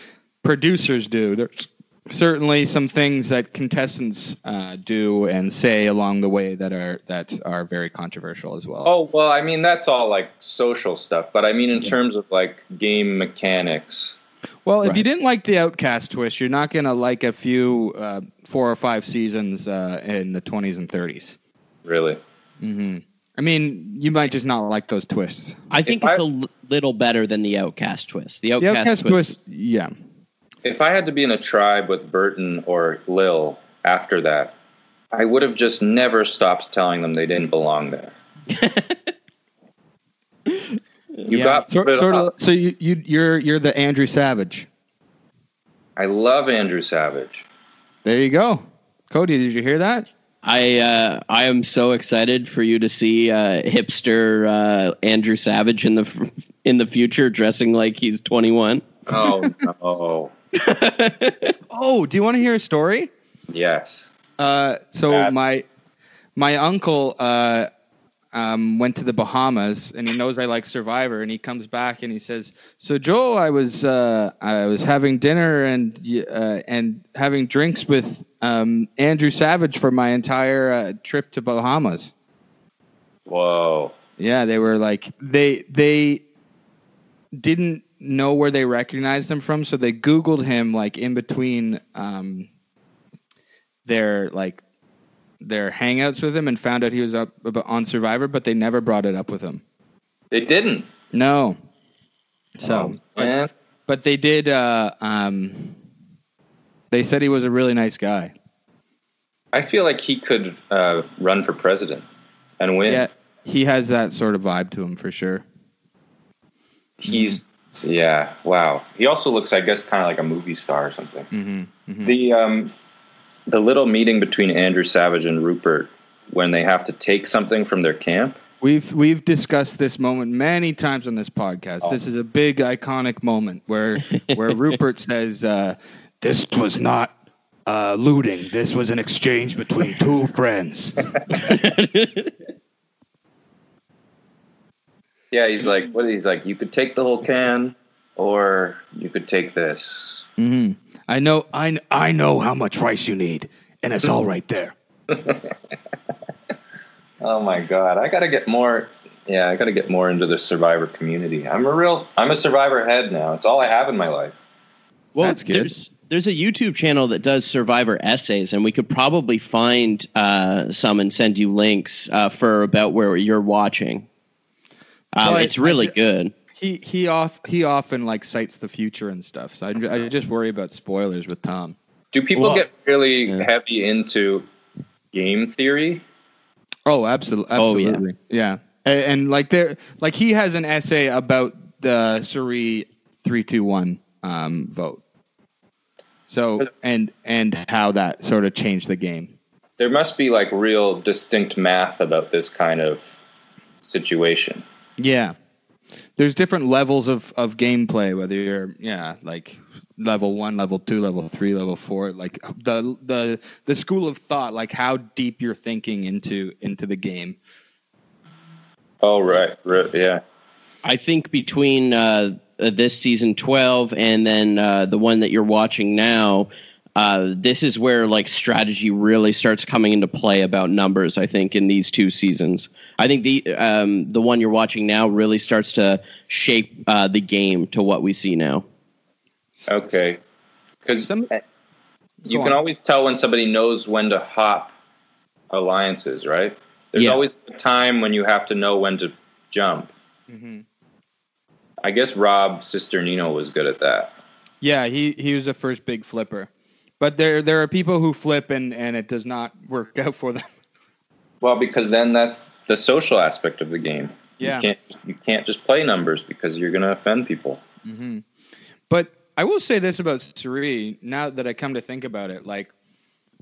S2: producers do. There's certainly some things that contestants uh, do and say along the way that are that are very controversial as well.
S3: Oh well, I mean that's all like social stuff, but I mean in terms of like game mechanics.
S2: well, if you didn't like the Outcast twist, you're not gonna like a few uh, four or five seasons uh, in the 20s and 30s.
S3: Really,
S2: I mean, you might just not like those twists.
S4: I think
S3: If
S4: it's a
S3: I-
S4: l- little better than the Outcast twist. The
S2: The
S4: Outcast,
S2: Outcast
S4: twist.
S2: twist, yeah.
S3: if I had to be in a tribe with Burton or Lil after that, I would have just never stopped telling them they didn't belong there. you
S2: yeah.
S3: got
S2: sort,
S3: put
S2: sort of.
S3: off.
S2: So you, you you're you're the Andrew Savage.
S3: I love Andrew Savage.
S2: There you go. Cody, did you hear that?
S4: I uh, I am so excited for you to see uh, hipster uh, Andrew Savage in the f- in the future dressing like he's 21.
S3: Oh no.
S2: Oh, do you want to hear a story?
S3: yes.
S2: Uh, so
S3: Bad.
S2: my my uncle uh, um, went to the Bahamas, and he knows I like Survivor, and he comes back and he says, "So Joel, I was uh, I was having dinner and uh, and having drinks with um, Andrew Savage for my entire uh, trip to Bahamas."
S3: Whoa.
S2: Yeah, they were like they they didn't know where they recognized him from, so they Googled him like in between um, their like their hangouts with him and found out he was up ab- on Survivor, but they never brought it up with him.
S3: They didn't.
S2: No, so
S3: Oh, Man.
S2: but they did. Uh, um, they said he was a really nice guy.
S3: I feel like he could uh, run for president and win.
S2: Yeah, he has that sort of vibe to him for sure.
S3: He's yeah, wow. He also looks, I guess, kind of like a movie star or something.
S4: Mm-hmm,
S3: The um, the little meeting between Andrew Savage and Rupert when they have to take something from their camp.
S2: We've we've discussed this moment many times on this podcast. This is a big iconic moment where where Rupert says, uh, "This was not uh, looting. This was an exchange between two friends."
S3: Yeah, he's like, what? He's like, you could take the whole can, or you could take this.
S2: I know I kn- I know how much rice you need, and it's all right there.
S3: Oh my god, I gotta get more. Yeah, I gotta get more into the Survivor community. I'm a real, I'm a Survivor head now. It's all I have in my life.
S4: Well,
S2: That's good.
S4: There's, there's a YouTube channel that does Survivor essays, and we could probably find uh, some and send you links uh, for about where you're watching. Um,
S2: Well, I-
S4: it's really
S2: I-
S4: good.
S2: He he off he often like cites the future and stuff. So I, I just worry about spoilers with Tom.
S3: Do people
S4: Well,
S3: get really
S4: yeah.
S3: heavy into game theory?
S2: Oh, absolutely,
S4: Oh, yeah.
S2: absolutely, yeah. And, and like there, like he has an essay about the Suri three two one um, vote. So and and how that sort of changed the game.
S3: There must be like real distinct math about this kind of situation.
S2: Yeah, there's different levels of of gameplay. Whether you're yeah, like level one, level two, level three, level four. Like the the the school of thought, like how deep you're thinking into into the game.
S3: Oh right, right yeah.
S4: I think between uh, uh, this season 12 and then uh, the one that you're watching now, uh, this is where like strategy really starts coming into play about numbers. I think in these two seasons, I think the um, the one you're watching now really starts to shape uh, the game to what we see now.
S3: Okay, Uh, because
S2: Some-
S3: you
S2: go
S3: can
S2: on.
S3: always tell when somebody knows when to hop alliances, right? There's
S4: Yeah.
S3: always a time when you have to know when to jump.
S2: Mm-hmm.
S3: I guess Rob Sister Nino was good at that.
S2: Yeah, he he was the first big flipper. But there there are people who flip and and it does not work out for them.
S3: Well, because then that's the social aspect of the game.
S2: Yeah.
S3: You can't you can't just play numbers because you're going to offend people.
S2: But I will say this about Suri, now that I come to think about it, like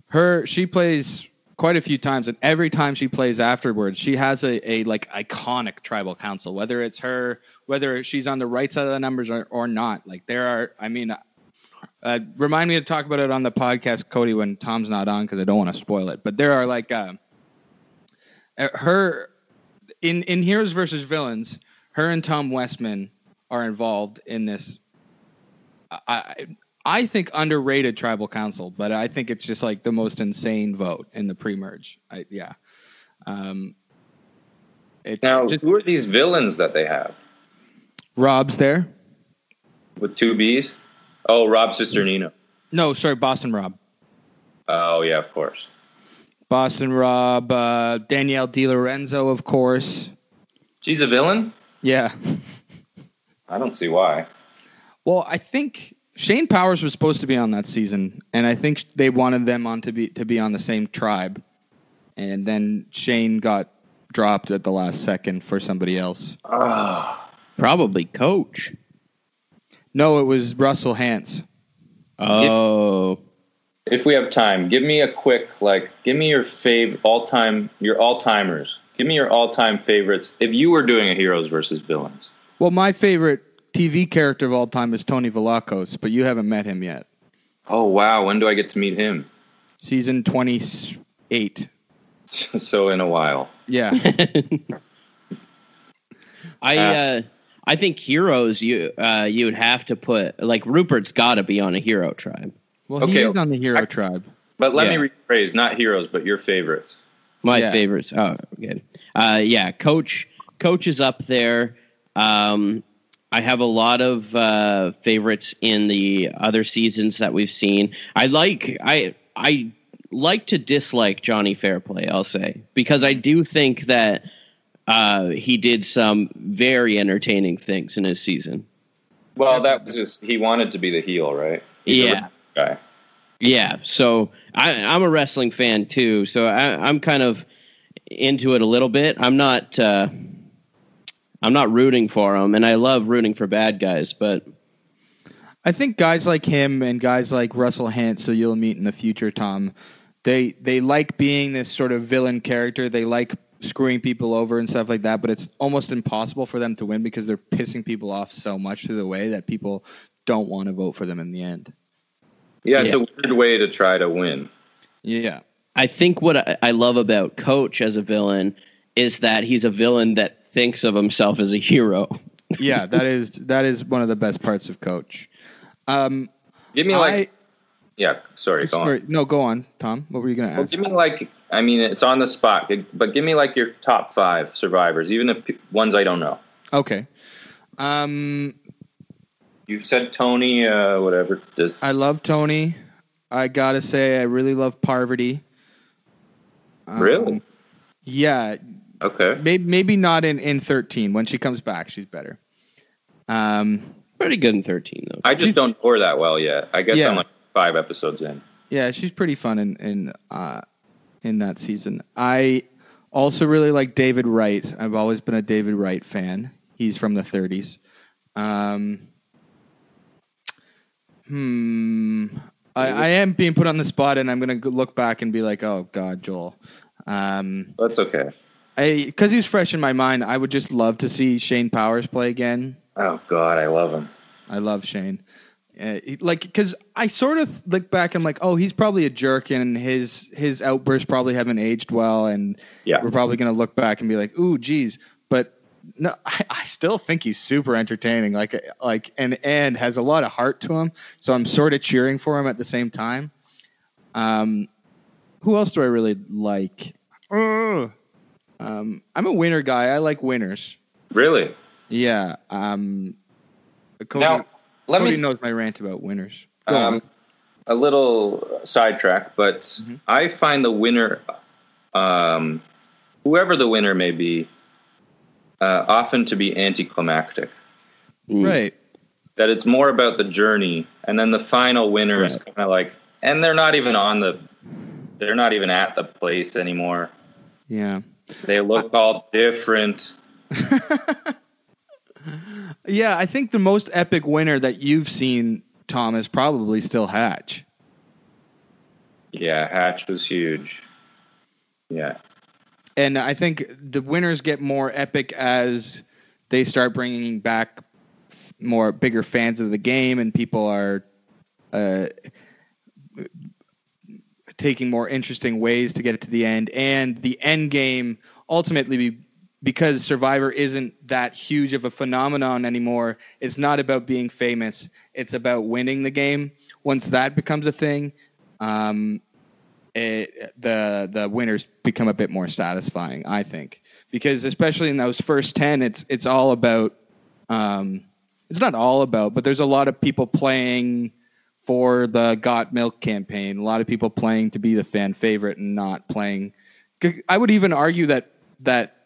S2: her she plays quite a few times and every time she plays afterwards she has a, a like iconic tribal council whether it's her whether she's on the right side of the numbers or, or not like there are i mean uh, remind me to talk about it on the podcast cody when tom's not on because i don't want to spoil it but there are like uh, uh, her in in heroes versus villains her and tom westman are involved in this I I think underrated tribal council, but I think it's just like the most insane vote in the pre-merge. I, yeah. Um, it,
S3: Now,
S2: just-
S3: who are these villains that they have
S2: Rob's there.
S3: with two B's? Oh, Rob Sister Nino.
S2: No, sorry, Boston Rob.
S3: Oh yeah, of course.
S2: Boston Rob, uh, Danielle Di Lorenzo, of course.
S3: She's a villain?
S2: Yeah.
S3: I don't see why.
S2: Well, I think Shane Powers was supposed to be on that season, and I think they wanted them on to be to be on the same tribe, and then Shane got dropped at the last second for somebody else.
S4: Probably coach.
S2: No, it was Russell Hance.
S4: Oh,
S3: if we have time, give me a quick like, give me your fav all time, your all timers. Give me your all time favorites. If you were doing a heroes versus villains,
S2: Well, my favorite TV character of all time is Tony Velakos, but you haven't met him yet.
S3: oh wow, when do I get to meet him?
S2: Season 28.
S3: so in a while,
S2: Yeah.
S4: I
S3: Ah.
S4: uh, I think heroes you uh, you would have to put like Rupert's got to be on a hero tribe.
S2: Well, he
S3: Okay.
S2: is on the Hero Tribe.
S3: but let
S4: Yeah.
S3: me rephrase not heroes, but your favorites.
S4: My
S2: Yeah.
S4: favorites. Oh, good. Uh, yeah, coach. Coach is up there. Um, I have a lot of uh, favorites in the other seasons that we've seen. I like. I I like to dislike Johnny Fairplay. I'll say because I do think that uh, he did some very entertaining things in his season.
S3: Well, that was just he wanted to be the heel, right? He's a
S4: Yeah.
S3: guy.
S4: Yeah, so I, I'm a wrestling fan too, so I, I'm kind of into it a little bit. I'm not, uh, I'm not rooting for him, and I love rooting for bad guys, but
S2: I think guys like him and guys like Russell Hantz, who you'll meet in the future, Tom, they they like being this sort of villain character. They like screwing people over and stuff like that, but it's almost impossible for them to win because they're pissing people off so much through the way that people don't want to vote for them in the end.
S3: Yeah, it's
S4: Yeah.
S3: a weird way to try to win.
S2: Yeah.
S4: I think what I, I love about Coach as a villain is that he's a villain that thinks of himself as a hero.
S2: Yeah, that is that is one of the best parts of coach. Um
S3: Give me
S2: I-
S3: like, yeah, sorry, go on.
S2: sorry, no, go on, Tom. What were you gonna
S3: Well,
S2: ask?
S3: give me like, I mean, it's on the spot, but give me like your top five survivors, even if p- ones I don't know.
S2: okay. Um
S3: You've said Tony, uh, whatever. Does,
S2: I love Tony. I gotta say, I really love Parvati. Um,
S3: Really?
S2: Yeah,
S3: Okay.
S2: maybe maybe not in in thirteen. When she comes back, she's better. Um,
S4: Pretty good in 13 though.
S3: I just don't know her that well yet. I guess
S2: Yeah.
S3: I'm like five episodes in.
S2: yeah, she's pretty fun in in uh, in that season. I also really like David Wright. I've always been a David Wright fan. He's from the '30s. Um, hmm. I, I am being put on the spot, and I'm gonna go- look back and be like, "Oh God, Joel." Um,
S3: That's okay.
S2: I because he's fresh in my mind. I would just love to see Shane Powers play again.
S3: Oh, God, I love him.
S2: I love Shane. Uh, he- like because I sort of look back and I'm like, oh, he's probably a jerk, and his his outbursts probably haven't aged well, and
S3: Yeah.
S2: we're probably gonna look back and be like, ooh, geez. But no, I, I still think he's super entertaining. Like uh, like and and has a lot of heart to him. So I'm sort of cheering for him at the same time. Um, who else do I really like? Ugh. Um, I'm a winner guy. I like winners.
S3: Really?
S2: Yeah. Um, Cody,
S3: Now, let
S2: Cody
S3: me
S2: knows my rant about winners. Go on.
S3: um, a little sidetrack, but
S2: Mm-hmm.
S3: I find the winner, um, whoever the winner may be, uh, often to be anticlimactic.
S4: Mm.
S2: right.
S3: that it's more about the journey and then the final winner is kind of like and they're not even on the they're not even at the place anymore
S2: Yeah.
S3: they look all different
S2: Yeah, I think the most epic winner that you've seen, Tom, is probably still Hatch.
S3: yeah hatch was huge yeah
S2: And I think the winners get more epic as they start bringing back f- more bigger fans of the game and people are uh, taking more interesting ways to get it to the end. And the end game ultimately, be, because Survivor isn't that huge of a phenomenon anymore, it's not about being famous, it's about winning the game. Once that becomes a thing, um, it, the the winners become a bit more satisfying, I think, because especially in those first ten, it's it's all about. Um, it's not all about, but there's a lot of people playing for the Got Milk campaign. A lot of people playing to be the fan favorite and not playing. c- I would even argue that that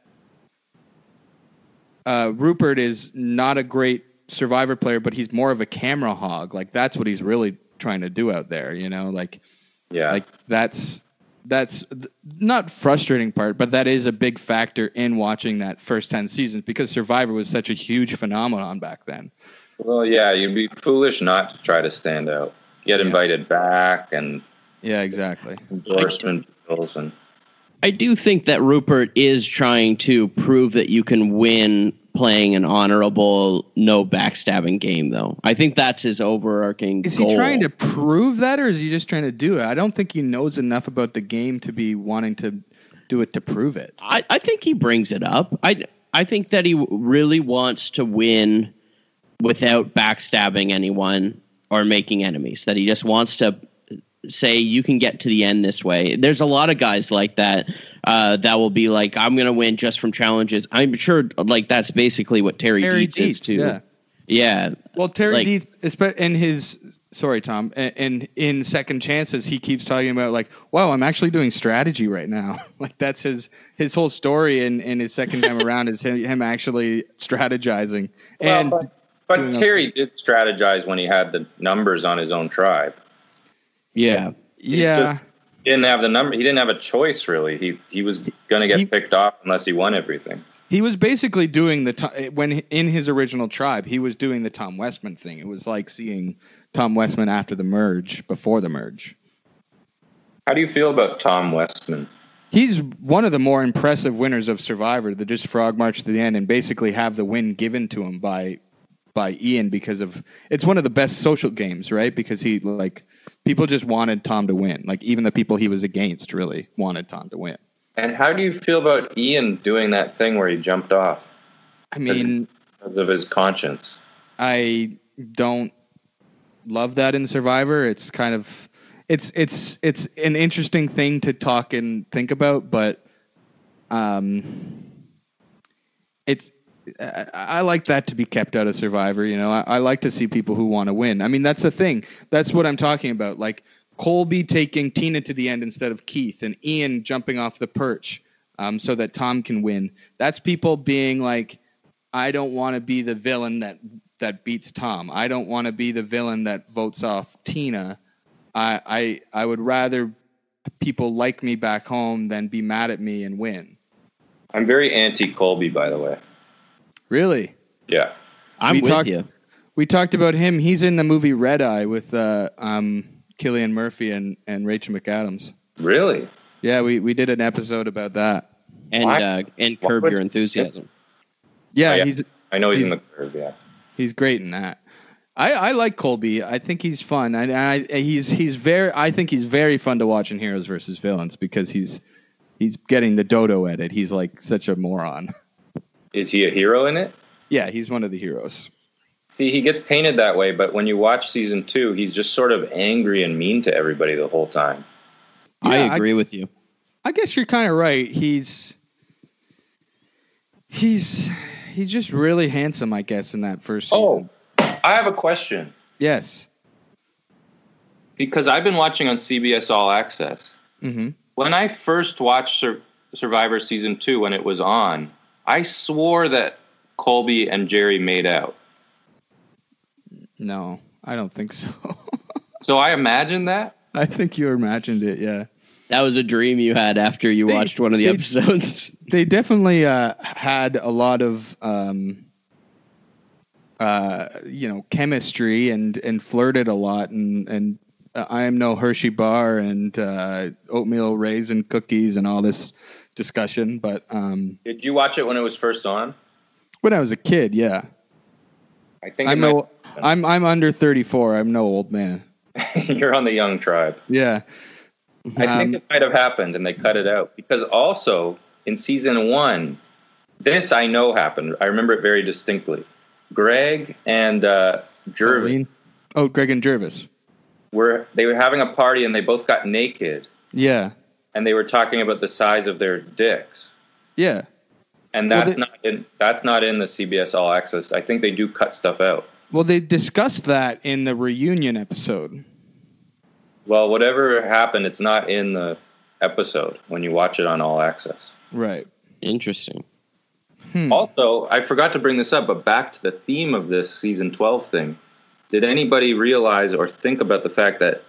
S2: uh, Rupert is not a great survivor player, but he's more of a camera hog. Like that's what he's really trying to do out there. You know, like
S3: yeah
S2: like that's that's th- not frustrating part but that is a big factor in watching that first 10 seasons because survivor was such a huge phenomenon back then
S3: well yeah you'd be foolish not to try to stand out get invited back and
S2: Yeah, exactly.
S3: endorsement bills and
S4: I do think that Rupert is trying to prove that you can win playing an honorable, no backstabbing game, though. I think that's his overarching
S2: Is
S4: goal.
S2: he trying to prove that, or is he just trying to do it? I don't think he knows enough about the game to be wanting to do it to prove it.
S4: I, I think he brings it up. I I think that he w- really wants to win without backstabbing anyone or making enemies. That he just wants to say you can get to the end this way. There's a lot of guys like that uh, that will be like, I'm going to win just from challenges. I'm sure like that's basically what Terry,
S2: Terry
S4: Dietz, is
S2: Dietz,
S4: too.
S2: yeah.
S4: yeah.
S2: Well, Terry
S4: Like-
S2: Dietz, espe- in his sorry, Tom, a- and in Second Chances, he keeps talking about like, "Wow, I'm actually doing strategy right now." like that's his his whole story, and in, his second time around is him, him actually strategizing. And
S3: Well, but, but Terry did strategize when he had the numbers on his own tribe.
S4: Yeah.
S3: He's
S2: yeah,
S3: just- he didn't have the number. He didn't have a choice really. He he was going to get
S2: He-
S3: picked off unless he won everything.
S2: He was basically doing the to- when in his original tribe, he was doing the Tom Westman thing. It was like seeing Tom Westman after the merge, before the merge.
S3: How do you feel about Tom Westman?
S2: He's one of the more impressive winners of Survivor to just frog march to the end and basically have the win given to him by by Ian because of it's one of the best social games, right? Because he like people just wanted Tom to win. Like even the people he was against really wanted Tom to win.
S3: And how do you feel about Ian doing that thing where he jumped off
S2: I mean,
S3: because of his conscience?
S2: I don't love that in Survivor. It's kind of it's it's it's an interesting thing to talk and think about, but um, it's I, I like that to be kept out of Survivor. You know, I, I like to see people who want to win. I mean, that's the thing. That's what I'm talking about. Like Colby taking Tina to the end instead of Keith, and Ian jumping off the perch um, so that Tom can win. That's people being like. I don't want to be the villain that that beats Tom. I don't want to be the villain that votes off Tina. I I I would rather people like me back home than be mad at me and win.
S3: I'm very anti Colby, by the way.
S2: Really?
S3: Yeah,
S4: I'm
S2: We
S4: with
S2: talked-
S4: you.
S2: We talked about him. He's in the movie Red Eye with uh, um, Killian Murphy and, and Rachel McAdams.
S3: really.
S2: Yeah, we, we did an episode about that.
S4: And
S3: Why-
S4: uh, and
S3: why
S4: curb
S3: would-
S4: your enthusiasm.
S2: Yeah,
S3: Oh, yeah.
S2: he's
S3: I know he's,
S2: He's-
S3: in the curve. Yeah,
S2: He's great in that. I, I like Colby. I think he's fun. And I, he's he's very I think he's very fun to watch in Heroes versus Villains because he's he's getting the dodo edit. He's like such a moron.
S3: is he a hero in it?
S2: Yeah, he's one of the heroes.
S3: See, he gets painted that way, but when you watch season two, he's just sort of angry and mean to everybody the whole time.
S4: I
S2: Yeah, I-
S4: agree with you.
S2: I guess you're kind of right. He's he's he's just really handsome, I guess, in that first season.
S3: Oh, I have a question
S2: yes.
S3: because I've been watching on CBS All Access.
S2: Mm-hmm.
S3: When I first watched Sur- Survivor season two, when it was on, I swore that Colby and Jerry made out.
S2: No, I don't think so.
S3: So I imagined that.
S2: I think you imagined it. Yeah.
S4: That was a dream you had after you
S2: They-
S4: watched one of the
S2: they-
S4: episodes.
S2: they definitely uh, had a lot of um, uh, you know chemistry and and flirted a lot and and uh, I am no Hershey bar and uh, oatmeal raisin cookies and all this discussion. But um,
S3: Did you watch it when it was first on?
S2: when I was a kid, yeah,
S3: I think
S2: I'm
S3: it
S2: no, I'm I'm under 34. I'm no old man.
S3: might- you're on the young tribe.
S2: Yeah,
S3: I
S2: Um,
S3: think it might have happened and they cut it out because also in season one, this I know happened. I remember it very distinctly. Greg and uh, Jervin
S2: Oh, Greg and Jervis.
S3: were they were having a party and they both got naked
S2: Yeah,
S3: and they were talking about the size of their dicks.
S2: yeah.
S3: And
S2: Well,
S3: that's
S2: they-
S3: not in that's not in the CBS All Access. I think they do cut stuff out.
S2: Well, they discussed that in the reunion episode.
S3: Well, whatever happened, it's not in the episode when you watch it on All Access.
S2: Right.
S4: Interesting.
S2: Hmm.
S3: Also, I forgot to bring this up, but back to the theme of this season 12 thing. Did anybody realize or think about the fact that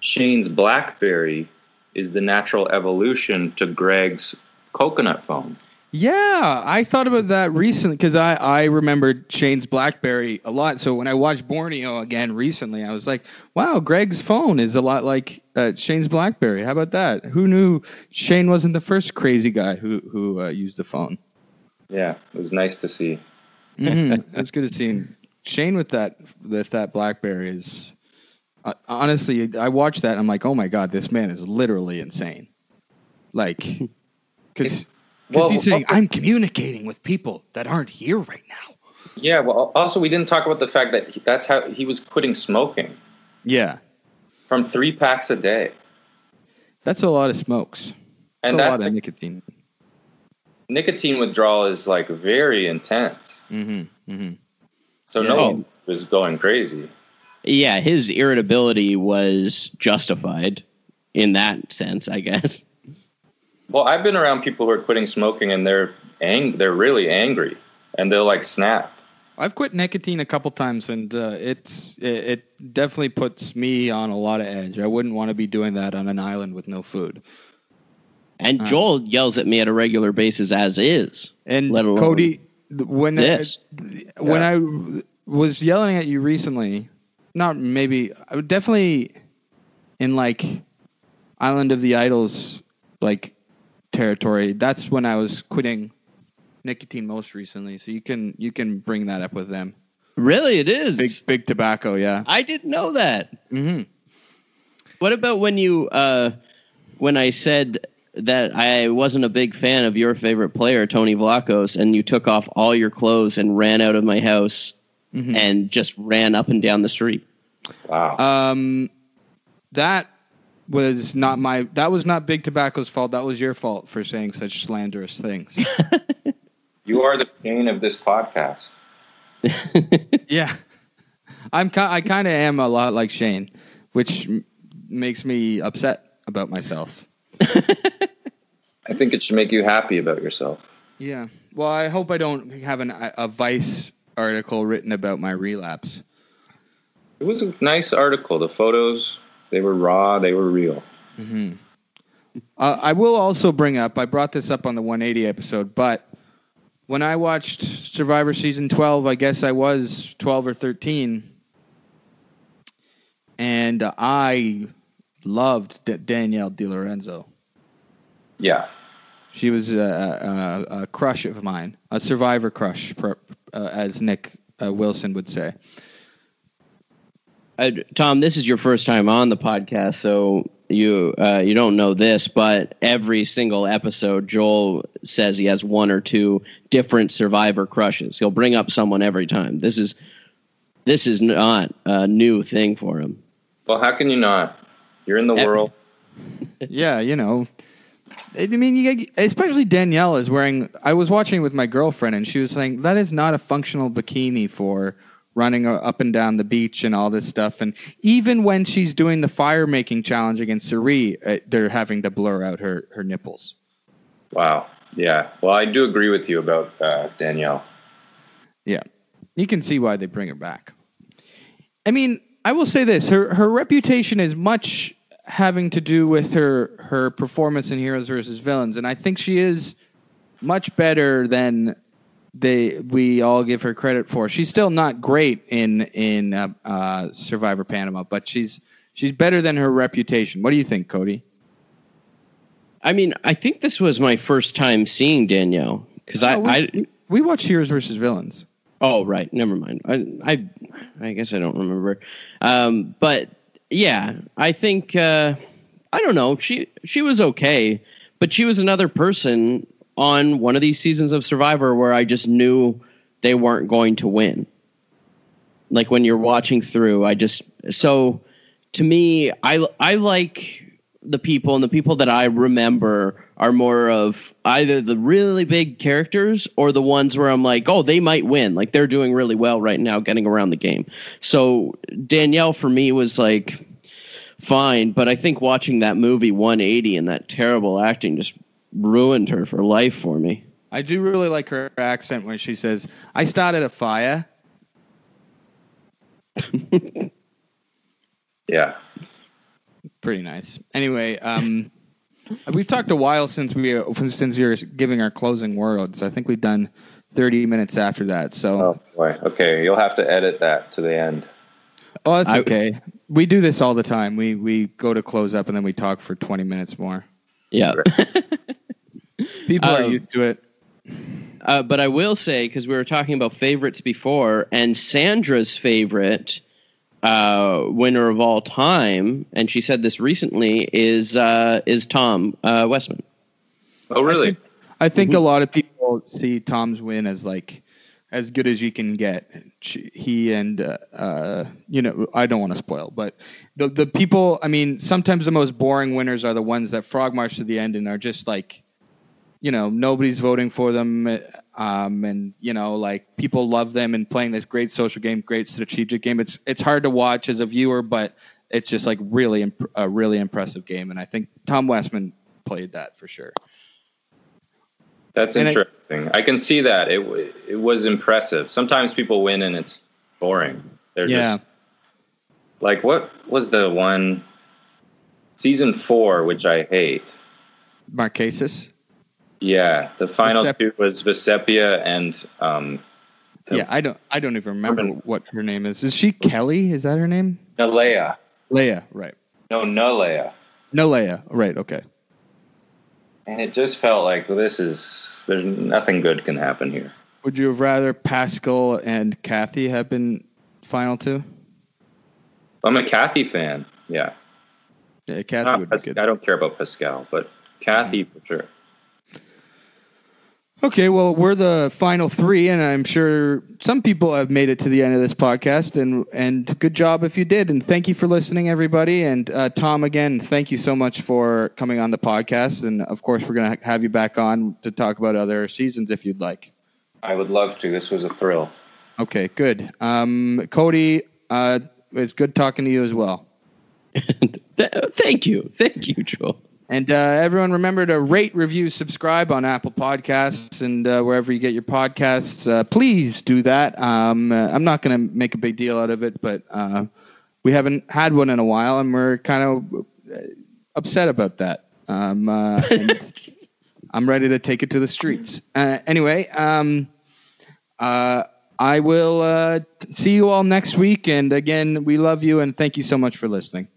S3: Shane's Blackberry is the natural evolution to Greg's coconut phone?
S2: Yeah, I thought about that recently because I, I remembered Shane's Blackberry a lot. So when I watched Borneo again recently, I was like, wow, Greg's phone is a lot like uh, Shane's Blackberry. How about that? Who knew Shane wasn't the first crazy guy who, who uh, used the phone?
S3: Yeah, it was nice to see.
S2: Mhm.
S4: Mm-hmm.
S2: it was good to see him. Shane with that with that Blackberry is uh, honestly, I watched that. And I'm like, oh my god, this man is literally insane. Like, because
S3: Well,
S2: he's saying
S3: okay.
S2: I'm communicating with people that aren't here right now.
S3: Yeah. Well, also we didn't talk about the fact that he, that's how he was quitting smoking
S2: Yeah,
S3: from three packs a day,
S2: that's a lot of smokes. That's
S3: and
S2: a
S3: that's
S2: lot
S3: the-
S2: of nicotine.
S3: nicotine withdrawal is like very intense.
S2: Mm-hmm. Mm-hmm.
S3: So
S2: Yeah.
S3: no
S2: Oh.
S3: one was going crazy.
S4: Yeah, his irritability was justified in that sense, I guess.
S3: Well, I've been around people who are quitting smoking and they're ang- they're really angry and they'll like snap.
S2: I've quit nicotine a couple times, and uh, it's it, it definitely puts me on a lot of edge. I wouldn't want to be doing that on an island with no food.
S4: And Joel yells at me at a regular basis as is.
S2: And
S4: let alone
S2: Cody, th- when the-
S4: this.
S2: when I was yelling at you recently, not maybe, I would definitely in like Island of the Idols like territory. That's when I was quitting nicotine most recently. So you can you can bring that up with them.
S4: Really, it is.
S2: Big big tobacco, yeah.
S4: I didn't know that. Mm-hmm. What about when you, uh, when I said that I wasn't a big fan of your favorite player, Tony Vlachos, and you took off all your clothes and ran out of my house
S2: Mm-hmm.
S4: and just ran up and down the street?
S3: Wow.
S2: Um, that was not my. That was not Big Tobacco's fault. That was your fault for saying such slanderous things.
S3: you are the pain of this podcast.
S2: yeah, I'm. Ki- I kind of am a lot like Shane, which m- makes me upset about myself.
S3: I think it should make you happy about yourself.
S2: Yeah. Well, I hope I don't have an, a Vice article written about my relapse.
S3: It was a nice article. The photos, they were raw, they were real.
S2: Uh, I will also bring up. I brought this up on the 180 episode, but when I watched Survivor season 12, I guess I was 12 or 13, and I loved D- Danielle DiLorenzo.
S3: Yeah.
S2: She was a, a, a crush of mine, a survivor crush, pr- uh, as Nick uh, Wilson would say.
S4: Uh, Tom, this is your first time on the podcast, so you uh, you don't know this, but every single episode, Joel says he has one or two different Survivor crushes. He'll bring up someone every time. This is this is not a new thing for him.
S3: Well, how can you not? You're in the
S4: Yeah.
S3: world.
S2: yeah, you know. I mean, you, especially Danielle is wearing. I was watching with my girlfriend, and she was saying that is not a functional bikini for running uh, up and down the beach and all this stuff. And even when she's doing the fire making challenge against Suri, uh, they're having to blur out her her nipples.
S3: Wow. Yeah. Well, I do agree with you about uh, Danielle.
S2: Yeah. You can see why they bring her back. I mean, I will say this, her her reputation is much having to do with her her performance in Heroes versus Villains and I think she is much better than they we all give her credit for. She's still not great in in uh, uh, Survivor Panama, but she's she's better than her reputation. What do you think, Cody?
S4: I mean, I think this was my first time seeing Danielle because I,
S2: Oh, we,
S4: I
S2: we watch Heroes versus Villains.
S4: Oh right, never mind. I I, I guess I don't remember. Um, but yeah, I think uh, I don't know. She she was okay, but she was another person on one of these seasons of Survivor where I just knew they weren't going to win. Like when you're watching through, I just so to me, I I like the people and the people that I remember are more of either the really big characters or the ones where I'm like, oh, they might win. Like they're doing really well right now, getting around the game. So Danielle for me was like fine, but I think watching that movie 180 and that terrible acting just ruined her for life for me.
S2: I do really like her accent when she says, "I started a fire."
S3: Yeah.
S2: pretty nice. Anyway, um, We've talked a while since we since you're giving our closing words. I think we've done 30 minutes after that. So,
S3: Oh boy. Okay, you'll have to edit that to the end.
S2: oh, it's
S4: I-
S2: okay. We do this all the time. We we go to close up and then we talk for 20 minutes more.
S4: Yeah.
S2: People are
S4: Um,
S2: used to it.
S4: Uh, but I will say because we were talking about favorites before, and Sandra's favorite uh, winner of all time, and she said this recently is uh, is Tom uh, Westman.
S3: Oh really?
S2: I think a lot of people see Tom's win as like as good as you can get. Ch- He and uh, uh, you know I don't want to spoil, but the the people. I mean, sometimes the most boring winners are the ones that frog march to the end and are just like, you know, nobody's voting for them, um, and you know, like people love them and playing this great social game, great strategic game. It's it's hard to watch as a viewer, but it's just like really imp- a really impressive game, and I think Tom Westman played that for sure.
S3: That's
S2: And I-
S3: interesting. I, can see that. It w- it was impressive. Sometimes people win and it's boring. They're
S2: Yeah.
S3: just like what was the one season 4 which I hate.
S2: Marquesas.
S3: Yeah, the final
S2: Vicep-
S3: two was Vesepia and um
S2: Yeah, I don't. I don't even remember
S3: Urban-
S2: what her name is. Is she Kelly? Is that her name?
S3: Nalea.
S2: Leia, right?
S3: No, Nalea.
S2: No, Leia, right? Okay.
S3: And it just felt like well, this is there's nothing good can happen here.
S2: Would you have rather Pascal and Kathy have been final two?
S3: I'm a Kathy fan. Yeah.
S2: Yeah, Kathy
S3: Not
S2: would
S3: Pas-
S2: be
S3: I
S2: good. Mm-hmm.
S3: don't care about Pascal, but Kathy for sure.
S2: Okay, well, we're the final three, and I'm sure some people have made it to the end of this podcast. And and good job if you did. And thank you for listening, everybody. And uh, Tom, again, thank you so much for coming on the podcast. And of course, we're gonna ha- have you back on to talk about other seasons if you'd like.
S3: I would love to. This was a thrill.
S2: Okay, good. Um, Cody, uh, it's good talking to you as well.
S4: Th- thank you, thank you, Joel.
S2: And uh, everyone, remember to rate, review, subscribe on Apple Podcasts and uh, wherever you get your podcasts. Uh, please do that. Um, uh, I'm not going to make a big deal out of it, but uh, we haven't had one in a while, and we're kind of uh, upset about that. Um, uh, and I'm ready to take it to the streets. Uh, anyway, um, uh, I will uh, t- see you all next week. And again, we love you, and thank you so much for listening.